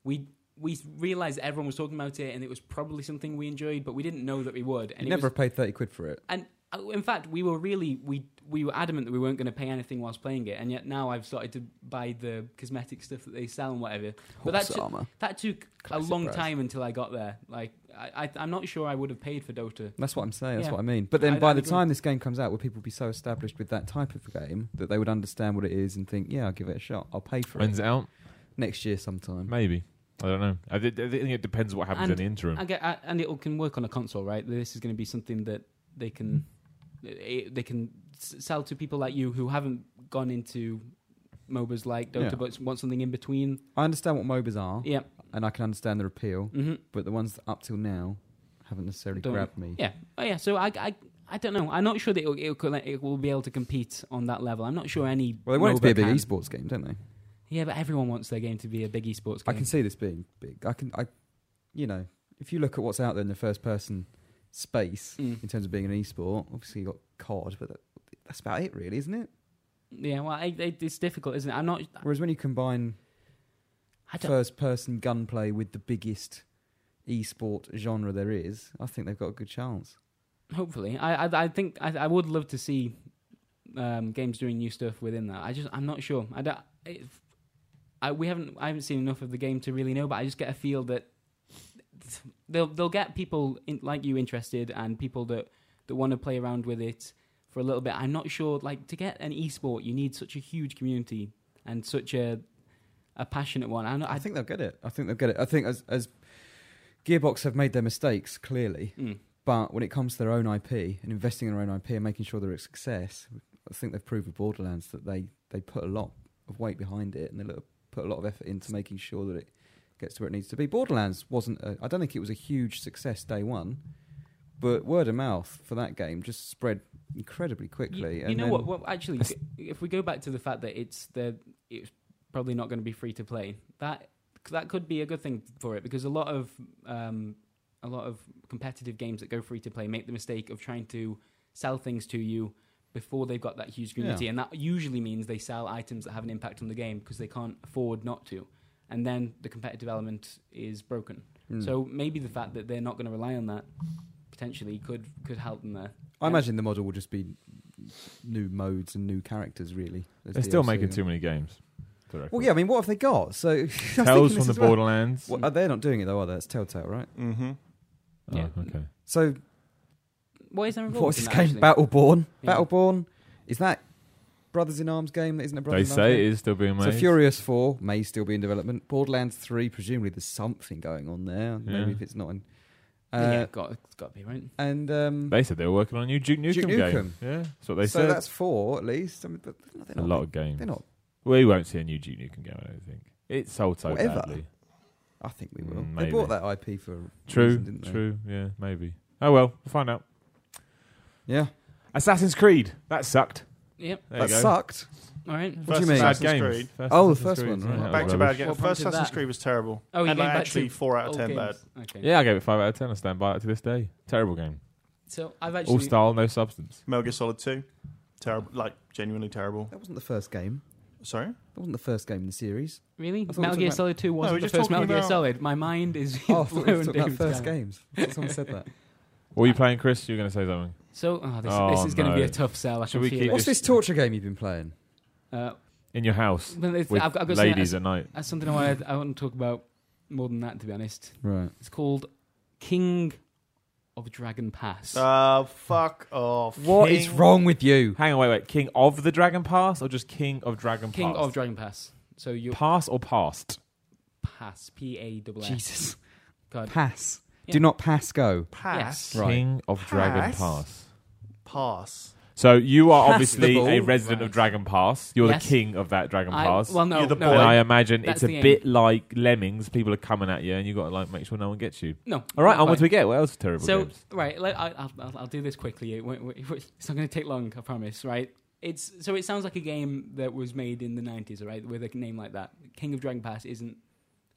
S3: we we realized everyone was talking about it, and it was probably something we enjoyed, but we didn't know that we would. And
S6: you
S3: it
S6: never
S3: was-
S6: have paid thirty quid for it.
S3: and uh, in fact, we were really we we were adamant that we weren't going to pay anything whilst playing it, and yet now I've started to buy the cosmetic stuff that they sell and whatever. But that
S6: Horse
S3: took,
S6: armor.
S3: that took a
S6: Classic
S3: long
S6: price.
S3: time until I got there. Like I, I I'm not sure I would have paid for Dota.
S6: That's what I'm saying. That's
S3: Yeah.
S6: what I mean. But then
S3: I-
S6: by
S3: I
S6: the
S3: agree.
S6: time this game comes out, will people be so established with that type of game that they would understand what it is and think, yeah, I'll give it a shot. I'll pay for
S4: When's
S6: it
S4: it out?
S6: next year sometime.
S4: Maybe. I don't know. I, thi- I think it depends what happens
S3: And
S4: in the
S6: Hmm.
S4: interim.
S3: I get, I, and it all can work on a console, right? This is going to be something that they can
S6: Hmm.
S3: eh, they can s- sell to people like you who haven't gone into MOBAs like Dota,
S6: Yeah.
S3: but want something in between.
S6: I understand what MOBAs are,
S3: Yeah,
S6: and I can understand their appeal.
S3: hmm
S6: But the ones up till now haven't necessarily
S3: Don't-
S6: grabbed me.
S3: yeah, oh, yeah. So I, I, I don't know. I'm not sure that it'll, it'll, co- it will be able to compete on that level. I'm not sure any.
S6: Well, they want it to
S3: MOBA
S6: be a big
S3: can.
S6: esports game, don't they?
S3: Yeah, but everyone wants their game to be a big esports
S6: I
S3: game.
S6: can see this being big. I can, I, you know, if you look at what's out there in the first person space
S3: Mm.
S6: in terms of being an esport, obviously you got COD, but that, that's about it, really, isn't it?
S3: Yeah, well, I, it, it's difficult, isn't it? I'm not.
S6: Whereas when you combine
S3: I don't.
S6: first person gunplay with the biggest esport genre there is, I think they've got a good chance.
S3: Hopefully, I I, I think I, I would love to see um, games doing new stuff within that. I just I'm not sure. I don't. If, I we haven't I haven't seen enough of the game to really know, but I just get a feel that they'll they'll get people in, like you interested and people that that want to play around with it for a little bit. I'm not sure. Like to get an esport, you need such a huge community and such a a passionate one. I, know,
S6: I, think they'll get it. I think they'll get it. I think as as Gearbox have made their mistakes clearly,
S3: Mm.
S6: but when it comes to their own IP and investing in their own IP and making sure they're a success, I think they've proved with Borderlands that they they put a lot of weight behind it and they lo- put a lot of effort into making sure that it gets to where it needs to be. Borderlands wasn't. A, I don't think it was a huge success day one. But word of mouth for that game just spread incredibly
S3: You-
S6: quickly.
S3: You,
S6: and
S3: know
S6: then-
S3: what? Well, actually,
S6: That's-
S3: if we go back to the fact that it's the it's probably not going to be free to play. That that could be a good thing for it because a lot of um, a lot of competitive games that go free to play make the mistake of trying to sell things to you before they've got that huge community,
S6: Yeah.
S3: and that usually means they sell items that have an impact on the game because they can't afford not to. And then the competitive element is broken.
S6: Mm.
S3: So maybe the fact that they're not going to rely on that potentially could could help them there.
S6: I imagine the model will just be new modes and new characters. Really, There's
S4: They're still
S6: DLC.
S4: making too many games. I reckon.
S6: Well, yeah. I mean, what have they got? So I was thinking
S4: Tales
S6: this
S4: from the
S6: as well.
S4: Borderlands.
S6: Well, uh, they're not doing it though, are they? It's Telltale, right?
S5: Mm-hmm.
S4: Oh,
S3: Yeah.
S4: okay.
S6: So
S3: What is there involved?
S6: what's
S3: in that,
S6: this game?
S3: actually?
S6: Battleborn.
S3: Yeah.
S6: Battleborn. Is that Brothers in Arms game? that Isn't a Brothers
S4: They
S6: in Arms
S4: say
S6: game?
S4: it is still being
S6: So
S4: made.
S6: Furious Four may still be in development. Borderlands Three, presumably there's something going on there.
S4: Yeah.
S6: Maybe if it's not in. Uh,
S3: yeah, it's got, it's got to be right.
S6: And um,
S4: They said they were working on a new Duke Nukem,
S6: Duke Nukem.
S4: game. Yeah, that's what they
S6: so
S4: said.
S6: that's four at least. I mean, but they're not- they're
S4: a
S6: not
S4: lot
S6: big-
S4: of games.
S6: They're not.
S4: We won't see a new Duke Nukem game. I don't think it's sold so
S6: Whatever.
S4: badly.
S6: I think we will.
S4: Mm,
S6: they
S4: maybe.
S6: bought that IP for a
S4: True,
S6: reason, didn't they?
S4: true. Yeah, maybe. Oh well, we'll find out.
S6: Yeah,
S4: Assassin's Creed. That sucked.
S3: Yep.
S4: There
S6: that
S4: you go.
S6: sucked.
S3: All right.
S6: What do you
S5: First
S6: mean?
S5: Assassin's
S4: Bad games.
S5: Creed.
S4: First
S6: Oh, the
S4: Assassin's
S6: first
S4: Creed,
S6: one,
S4: yeah,
S6: right.
S4: that
S5: Back
S4: was
S5: to
S4: rubbish.
S5: bad game.
S3: What
S5: First
S3: prompted
S5: Assassin's
S3: that?
S5: Creed was terrible.
S3: Oh, you're
S5: and
S3: going
S5: like,
S3: back
S5: actually
S3: to
S5: four out of
S3: old
S5: ten bad.
S3: games. Okay.
S4: Yeah, I gave it five out of ten. I stand by it to this day. Terrible game.
S3: So I've
S4: All
S3: actually.
S4: style, no substance.
S5: Metal Gear Solid Two, terrible. Like genuinely terrible.
S6: That wasn't the first game.
S5: Sorry?
S6: That wasn't the first game in the series.
S3: Really?
S6: I thought we were
S3: Metal
S6: talking
S3: Gear
S6: about-
S3: Solid 2
S5: we're
S3: wasn't the
S5: just
S3: first
S5: talking
S3: Metal Gear
S5: about-
S3: Solid. My mind is
S6: Oh, I thought we were
S3: blown
S6: talking about
S3: down.
S6: first games. I thought Someone said that.
S4: What are you playing, Chris? You're going to say something.
S3: So, oh, this,
S4: Oh,
S3: this is going to be
S4: no.
S3: a tough sell. I
S4: Should
S3: can
S4: we
S3: feel
S4: keep
S3: it.
S6: What's this torture game you've been playing?
S3: Uh,
S4: In your house
S3: well, it's-
S4: with
S3: I've, got- I've got something-
S4: ladies at night.
S3: That's something I want, I want to talk about more than that, to be honest.
S6: Right.
S3: It's called King of Dragon Pass.
S5: Uh, fuck off.
S6: What is
S5: King.
S6: wrong with you?
S4: Hang on, wait, wait. King of the Dragon Pass or just King of Dragon
S3: King
S4: Pass?
S3: of Dragon Pass. So you
S4: Pass or past?
S3: pass P A double S.
S6: Jesus.
S3: God.
S6: Pass.
S3: Yeah.
S6: Do not pass go.
S5: Pass.
S3: Yes.
S6: Right.
S4: King of Dragon
S5: Pass?
S4: Pass.
S5: Pass.
S4: So you are
S6: Pass
S4: obviously
S6: the ball.
S4: a resident of
S3: Right.
S4: Dragon Pass. You're
S3: Yes.
S4: the king of that Dragon
S3: I,
S4: Pass.
S3: well, no,
S5: You're the
S3: no,
S4: and
S5: boy.
S4: I imagine
S3: That's
S4: it's a
S3: the aim.
S4: bit like Lemmings. People are coming at you, and you've got to like make sure no one gets you.
S3: no.
S4: All right,
S3: not
S4: onwards
S3: quite.
S4: we get. What else? Terrible
S3: So
S4: games.
S3: right, let, I, I'll, I'll, I'll do this quickly. It, won't- it won't- it's not going to take long, I promise. Right? It's so it sounds like a game that was made in the nineties, right? With a name like that, King of Dragon Pass isn't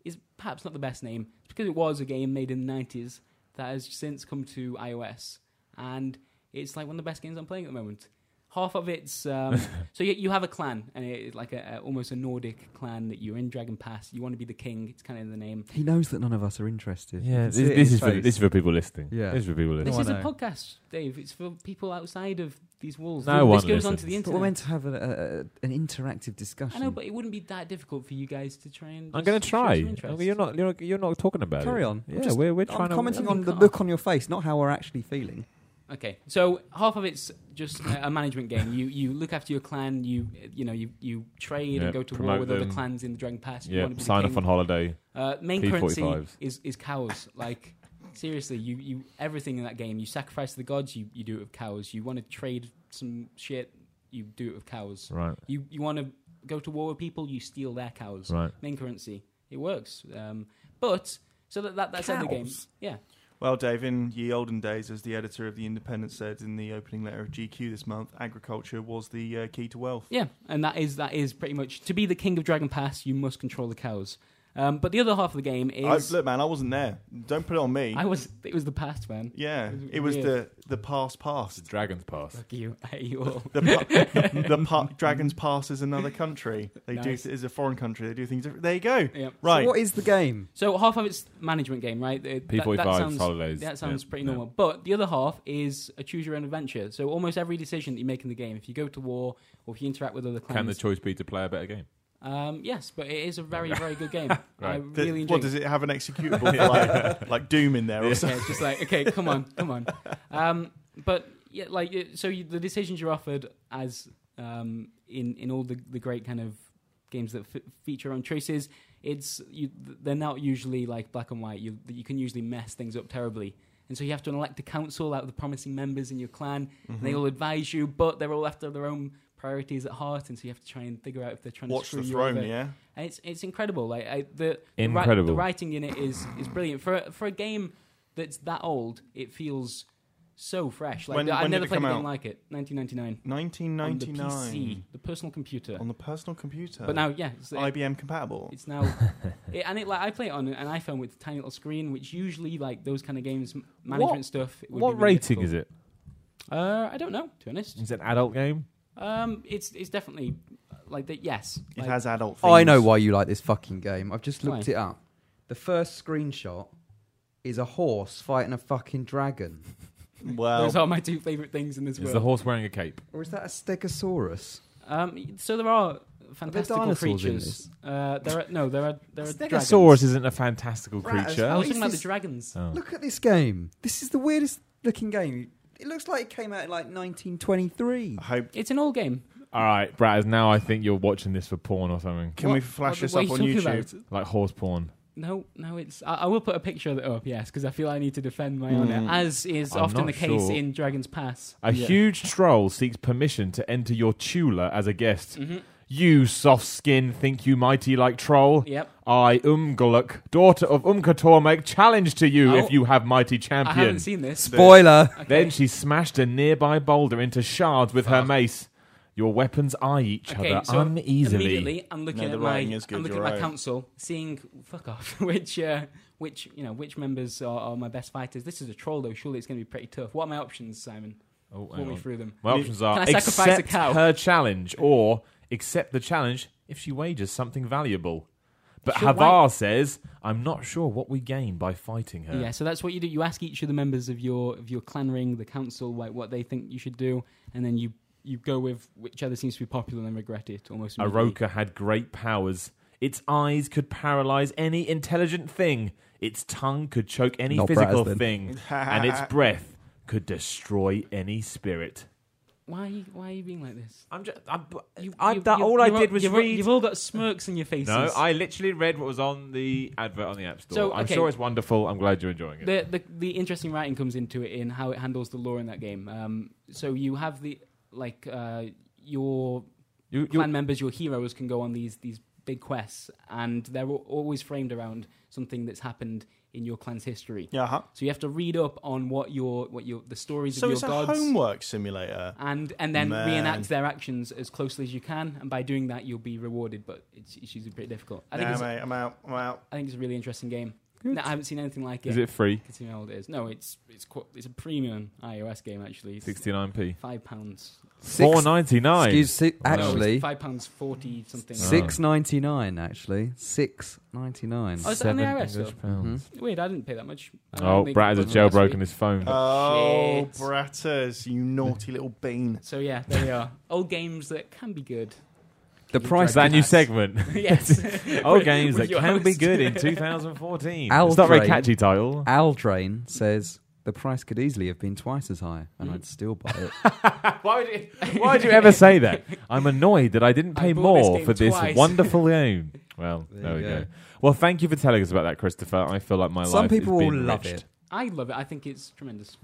S3: is perhaps not the best name. It's because it was a game made in the nineties that has since come to iOS, and it's like one of the best games I'm playing at the moment. Half of it's um, so you, you have a clan, and it's like a, a almost a Nordic clan that you're in Dragon Pass. You want to be the king. It's kind of in the name.
S6: He knows that none of us are interested. You
S4: Yeah,
S6: can
S4: this,
S6: see it in
S4: this
S6: his
S4: is for
S6: face.
S4: this is for people listening.
S6: Yeah.
S4: this is for people
S6: No
S4: listening.
S3: This
S6: one
S3: is a
S6: knows.
S3: podcast, Dave. It's for people outside of these walls.
S4: No
S3: this
S4: one
S3: goes onto the
S4: listens.
S6: But we're
S3: internet.
S6: meant to have a, a, an interactive discussion.
S3: I know, but it wouldn't be that difficult for you guys to try and.
S4: I'm
S3: just
S4: going to
S3: show
S4: try.
S3: some
S4: I
S3: interest.
S4: mean, you're not you're not, you're not talking about
S6: Carry
S4: it.
S6: on.
S4: Yeah,
S6: Just-
S4: we're we're
S6: I'm
S4: trying to.
S6: commenting on the
S3: Can't.
S6: look on your face, not how we're actually feeling.
S3: Okay, so half of it's just a a management game. You you look after your clan. You you know you you trade
S4: Yeah,
S3: and go to war
S4: promote
S3: with other
S4: them.
S3: clans in the Dragon Pass. You
S4: Yeah,
S3: want to be the
S4: sign
S3: king.
S4: off on holiday.
S3: Uh, main currency
S4: P45s.
S3: is, is cows. Like seriously, you, you everything in that game. You sacrifice to the gods. You, you do it with cows. You want to trade some shit. You do it with cows.
S4: Right,
S3: You you want to go to war with people. You steal their cows.
S4: right.
S3: main currency. It works. Um, but so that, that that's how the game.
S6: Cows.
S3: Yeah.
S5: Well, Dave, in ye olden days, as the editor of The Independent said in the opening letter of GQ this month, agriculture was the uh, key to wealth.
S3: Yeah, and that is that is pretty much to be the king of Dragon Pass, you must control the cows. Um, but the other half of the game
S5: I,
S3: is
S5: look, man, I wasn't there. Don't put it on me.
S3: I was it was the past man.
S5: yeah,
S3: It was
S5: it was the
S3: weird.
S5: the past past.
S4: Dragon's Pass.
S3: Fuck you, I hate you all.
S5: The, pa- the pa- Dragon's Pass is another country. They do
S3: Nice.
S5: is a foreign country. They do things different. There you go.
S3: Yeah.
S5: Right.
S6: So what is the game?
S3: So half of it's management game, right? It- that- that
S4: P45s,
S3: sounds-
S4: holidays.
S3: That sounds
S4: Yeah,
S3: pretty
S4: yeah.
S3: normal. But the other half is a choose your own adventure. So almost every decision that you make in the game, if you go to war or if you interact with other
S4: Can the
S3: clans,
S4: choice be to play a better game?
S3: um, yes, but it is a very very good game. I
S5: The-
S3: really enjoy.
S5: what does it have an executable for like, like Doom in there or something?
S3: yeah, it's just like okay, come on, come on. Um, but yeah, like it- so, you, the decisions you're offered as um, in in all the, the great kind of games that f- feature on choices, it's you, they're not usually like black and white. You you can usually mess things up terribly. And so you have to elect a council out of the promising members in your clan, and
S5: Mm-hmm.
S3: they all advise you, but they're all after their own priorities at heart, and so you have to try and figure out if they're trying to
S5: Mm-hmm. Watch
S3: screw
S5: the
S3: you
S5: throne,
S3: over.
S5: yeah.
S3: And it's it's incredible. Like I, the the, wri-
S4: Incredible.
S3: the writing in it is is brilliant for a- for a game that's that old. It feels so fresh. Like
S5: When-
S3: I've
S5: when did
S3: never
S5: it
S3: played a
S5: come
S3: game
S5: out?
S3: like it. 1999 on the
S5: 1999
S3: PC, the personal computer.
S5: On the personal computer.
S3: but now, yeah, it's, uh,
S5: IBM compatible.
S3: it's now it, and it like I play it on an iPhone with a tiny little screen, which usually like those kind of games m- management stuff. It would
S4: What
S3: be really
S4: rating is it?
S3: it? Uh, I don't know, to be honest.
S4: Is it an adult game?
S3: Um, it's it's definitely uh, like that. Yes,
S5: It
S3: Like,
S5: has adult.
S6: I
S5: themes.
S6: know why you like this fucking game. I've just looked
S3: Why?
S6: it up. The first screenshot is a horse fighting a fucking dragon.
S5: Well,
S3: Those are my two favorite things in this
S4: Is
S3: world.
S4: the horse wearing a cape?
S6: Or is that a stegosaurus?
S3: Um, so there are fantastical
S6: dinosaurs in
S3: creatures. Uh, there are no, there are there are dragons.
S4: Stegosaurus isn't a fantastical
S6: Right,
S4: creature.
S3: I was
S6: What
S3: talking
S6: is
S3: about the
S6: this?
S3: dragons.
S4: Oh.
S6: Look at this game. This is the weirdest looking game. It looks like it came out in like 1923.
S5: I hope.
S3: It's an old game.
S4: All right, Braz. Now I think you're watching this for porn or something,
S5: Can
S3: What-
S5: we flash
S3: what-
S5: this
S3: what are
S5: up
S3: you
S5: on
S3: talking
S5: YouTube?
S3: about?
S4: like horse porn.
S3: No, no, it's. I, I will put a picture of it up, yes, because I feel I need to defend my honor,
S5: Mm.
S3: as is
S4: Hmm. I'm
S3: often
S4: not
S3: the case
S4: sure.
S3: in Dragon's Pass.
S4: A
S5: Yeah.
S4: huge troll seeks permission to enter your tula as a guest.
S3: Mm-hmm.
S4: You soft skin think you mighty like troll?
S3: Yep.
S4: I, Umguluk, daughter of Umkator, make challenge to you
S3: Oh.
S4: if you have mighty
S3: I
S4: champion.
S3: haven't seen this.
S6: Spoiler.
S3: Okay.
S4: Then she smashed a nearby boulder into shards with her mace. Your weapons eye each
S3: okay,
S4: other
S3: so
S4: uneasily.
S3: immediately I'm looking
S5: No, the
S3: at my
S5: writing is good,
S3: I'm looking
S5: you're
S3: at my
S5: right.
S3: council, seeing fuck off which uh, which you know which members are, are my best fighters. This is a troll though. Surely it's going to be pretty tough. What are my options, Simon?
S4: Oh, hang
S3: Walk me
S4: on.
S3: through them.
S4: My options are
S3: Can I sacrifice a
S4: accept
S3: cow?
S4: her challenge or accept the challenge if she wagers something valuable. But
S3: She'll
S4: Havar says, I'm not sure what we gain by fighting her.
S3: Yeah, so that's what you do. You ask each of the members of your of your clan ring, the council, like what they think you should do, and then you you go with whichever seems to be popular and regret it almost. immediately.
S4: Aroka had great powers. Its eyes could paralyze any intelligent thing. Its tongue could choke any
S6: Not
S4: physical
S6: Brazdan.
S4: thing, and its breath could destroy any spirit.
S3: Why are you, why are you being like this?
S4: I'm just. I'm,
S3: You,
S4: I,
S3: you-
S4: that,
S3: you-
S4: all I
S3: you've all-
S4: did was
S3: you've all-
S4: read.
S3: You've all got smirks on your faces.
S4: no, I literally read what was on the advert on the app store.
S3: So,
S4: I'm
S3: okay.
S4: sure it's wonderful. I'm glad you're enjoying it.
S3: the, the the interesting writing comes into it in how it handles the law in that game. Um, so you have the like uh, your
S4: You- you-
S3: clan members, your heroes can go on these these big quests, and they're al- always framed around something that's happened in your clan's history.
S5: Yeah. Uh-huh.
S3: So you have to read up on what your what your the stories
S5: So
S3: of
S5: it's
S3: your
S5: a
S3: gods.
S5: homework simulator.
S3: and, and then
S5: Man.
S3: reenact their actions as closely as you can, and by doing that you'll be rewarded. But it's, it's usually pretty difficult. I think
S5: Nah,
S3: it's,
S5: mate, I'm out. I'm out.
S3: I think it's a really interesting game. No, I haven't seen anything like it.
S4: Is it free?
S3: Considering how old it is. No, it's it's qu- it's a premium iOS game actually. It's
S4: 69p.
S3: five pounds.
S4: Four ninety nine.
S6: Excuse, si- actually,
S3: five pounds forty something.
S6: six ninety nine. Actually, six Hmm? ninety nine.
S3: Oh, is that on the iOS store?
S4: pounds.
S3: Uh, Weird, I didn't pay that much. I
S4: Oh,
S3: only
S4: Brad has
S3: bought it last
S4: jailbroken
S3: week.
S4: his phone.
S6: Uh,
S5: Oh,
S3: Shit.
S5: Bratters, you naughty little bean.
S3: So yeah, there we are. Old games that can be good.
S6: the price
S4: Is that a new segment?
S3: yes.
S4: Oh,
S3: With-
S4: games
S3: with
S4: that
S3: your
S4: can be
S3: host.
S4: good in 2014.
S6: Owl
S4: it's not a very
S6: Train.
S4: catchy title.
S6: Aldrain says the price could easily have been twice as high, and I'd still buy it.
S4: Why would, you, why would you ever say that? I'm annoyed that I didn't
S3: I
S4: pay
S3: bought this
S4: more
S3: game
S4: for this
S3: twice.
S4: wonderful game. Well, there,
S6: you
S4: we go.
S6: go.
S4: Well, thank you for telling us about that, Christopher. I feel like my life
S6: Some
S4: is
S6: people
S4: being
S6: will love
S4: enriched.
S6: it.
S3: I love it. I think it's tremendous.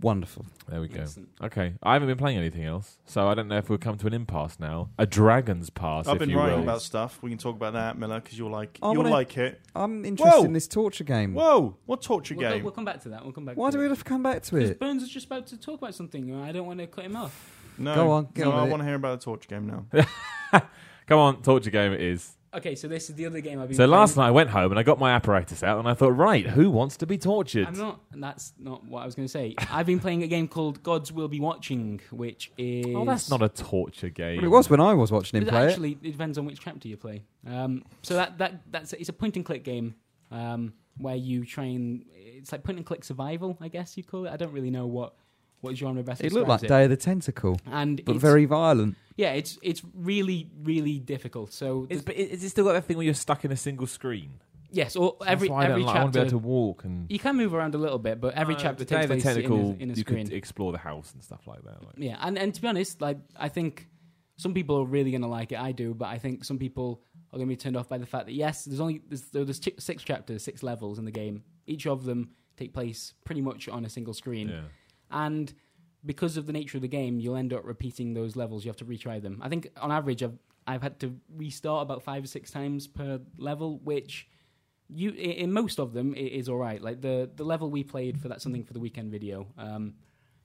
S6: Wonderful.
S4: There we go.
S3: Excellent.
S4: Okay, I haven't been playing anything else, so I don't know if we'll come to an impasse now. A dragon's pass,
S5: I've
S4: if
S5: been
S4: you
S5: writing
S4: will.
S5: about stuff. We can talk about that, Miller, because you'll like
S6: I
S5: you'll
S6: wanna-
S5: like it.
S6: I'm interested
S5: Whoa.
S6: in this torture game.
S5: Whoa! What torture
S3: We'll, go-
S5: game?
S3: we'll come back to that. We'll come back.
S6: Why
S3: to
S6: do we
S3: that.
S6: have to come back to
S3: Because
S6: it?
S3: Burns was just about to talk about something. and I don't want to cut him off.
S5: No,
S6: Go on, get
S5: no,
S6: on
S5: I
S6: with it.
S5: want to hear about the torture game now.
S4: Come on, torture game it is.
S3: Okay, so this is the other game I've been.
S4: So
S3: playing.
S4: last night I went home and I got my apparatus out and I thought, right, who wants to be tortured?
S3: I'm not. That's not what I was going to say. I've been playing a game called Gods Will Be Watching, which is.
S4: Oh, that's not a torture game.
S6: Well, it was when I was watching him
S3: But
S6: play it.
S3: actually, it depends on which chapter you play. Um, so that that that's it's a point and click game um, where you try and it's like point and click survival, I guess you call it. I don't really know what what genre best.
S6: It looked like
S3: describes
S6: Day of the Tentacle,
S3: And
S6: but
S3: it's-
S6: very violent.
S3: yeah, it's it's really really difficult. So
S4: Is,
S3: th-
S4: but is it still got that thing where you're stuck in a single screen?
S3: yes, or every
S4: That's why
S3: every
S4: I, don't like- I want to be
S3: chapter
S4: able to walk and
S3: you can move around a little bit, but every
S4: Uh,
S3: chapter
S4: Day
S3: takes
S4: of the
S3: place
S4: Tentacle,
S3: in a, in a
S4: you
S3: screen.
S4: could explore the house and stuff like that. like-
S3: Yeah, and, and to be honest, like I think some people are really going to like it. I do, but I think some people are going to be turned off by the fact that yes, there's only there's, there- there's chi- six chapters, six levels in the game. Each of them take place pretty much on a single screen,
S4: yeah.
S3: and because of the nature of the game, you'll end up repeating those levels. You have to retry them. I think on average, I've I've had to restart about five or six times per level, which you i- in most of them it is all right. Like the the level we played for that something for the weekend video, um,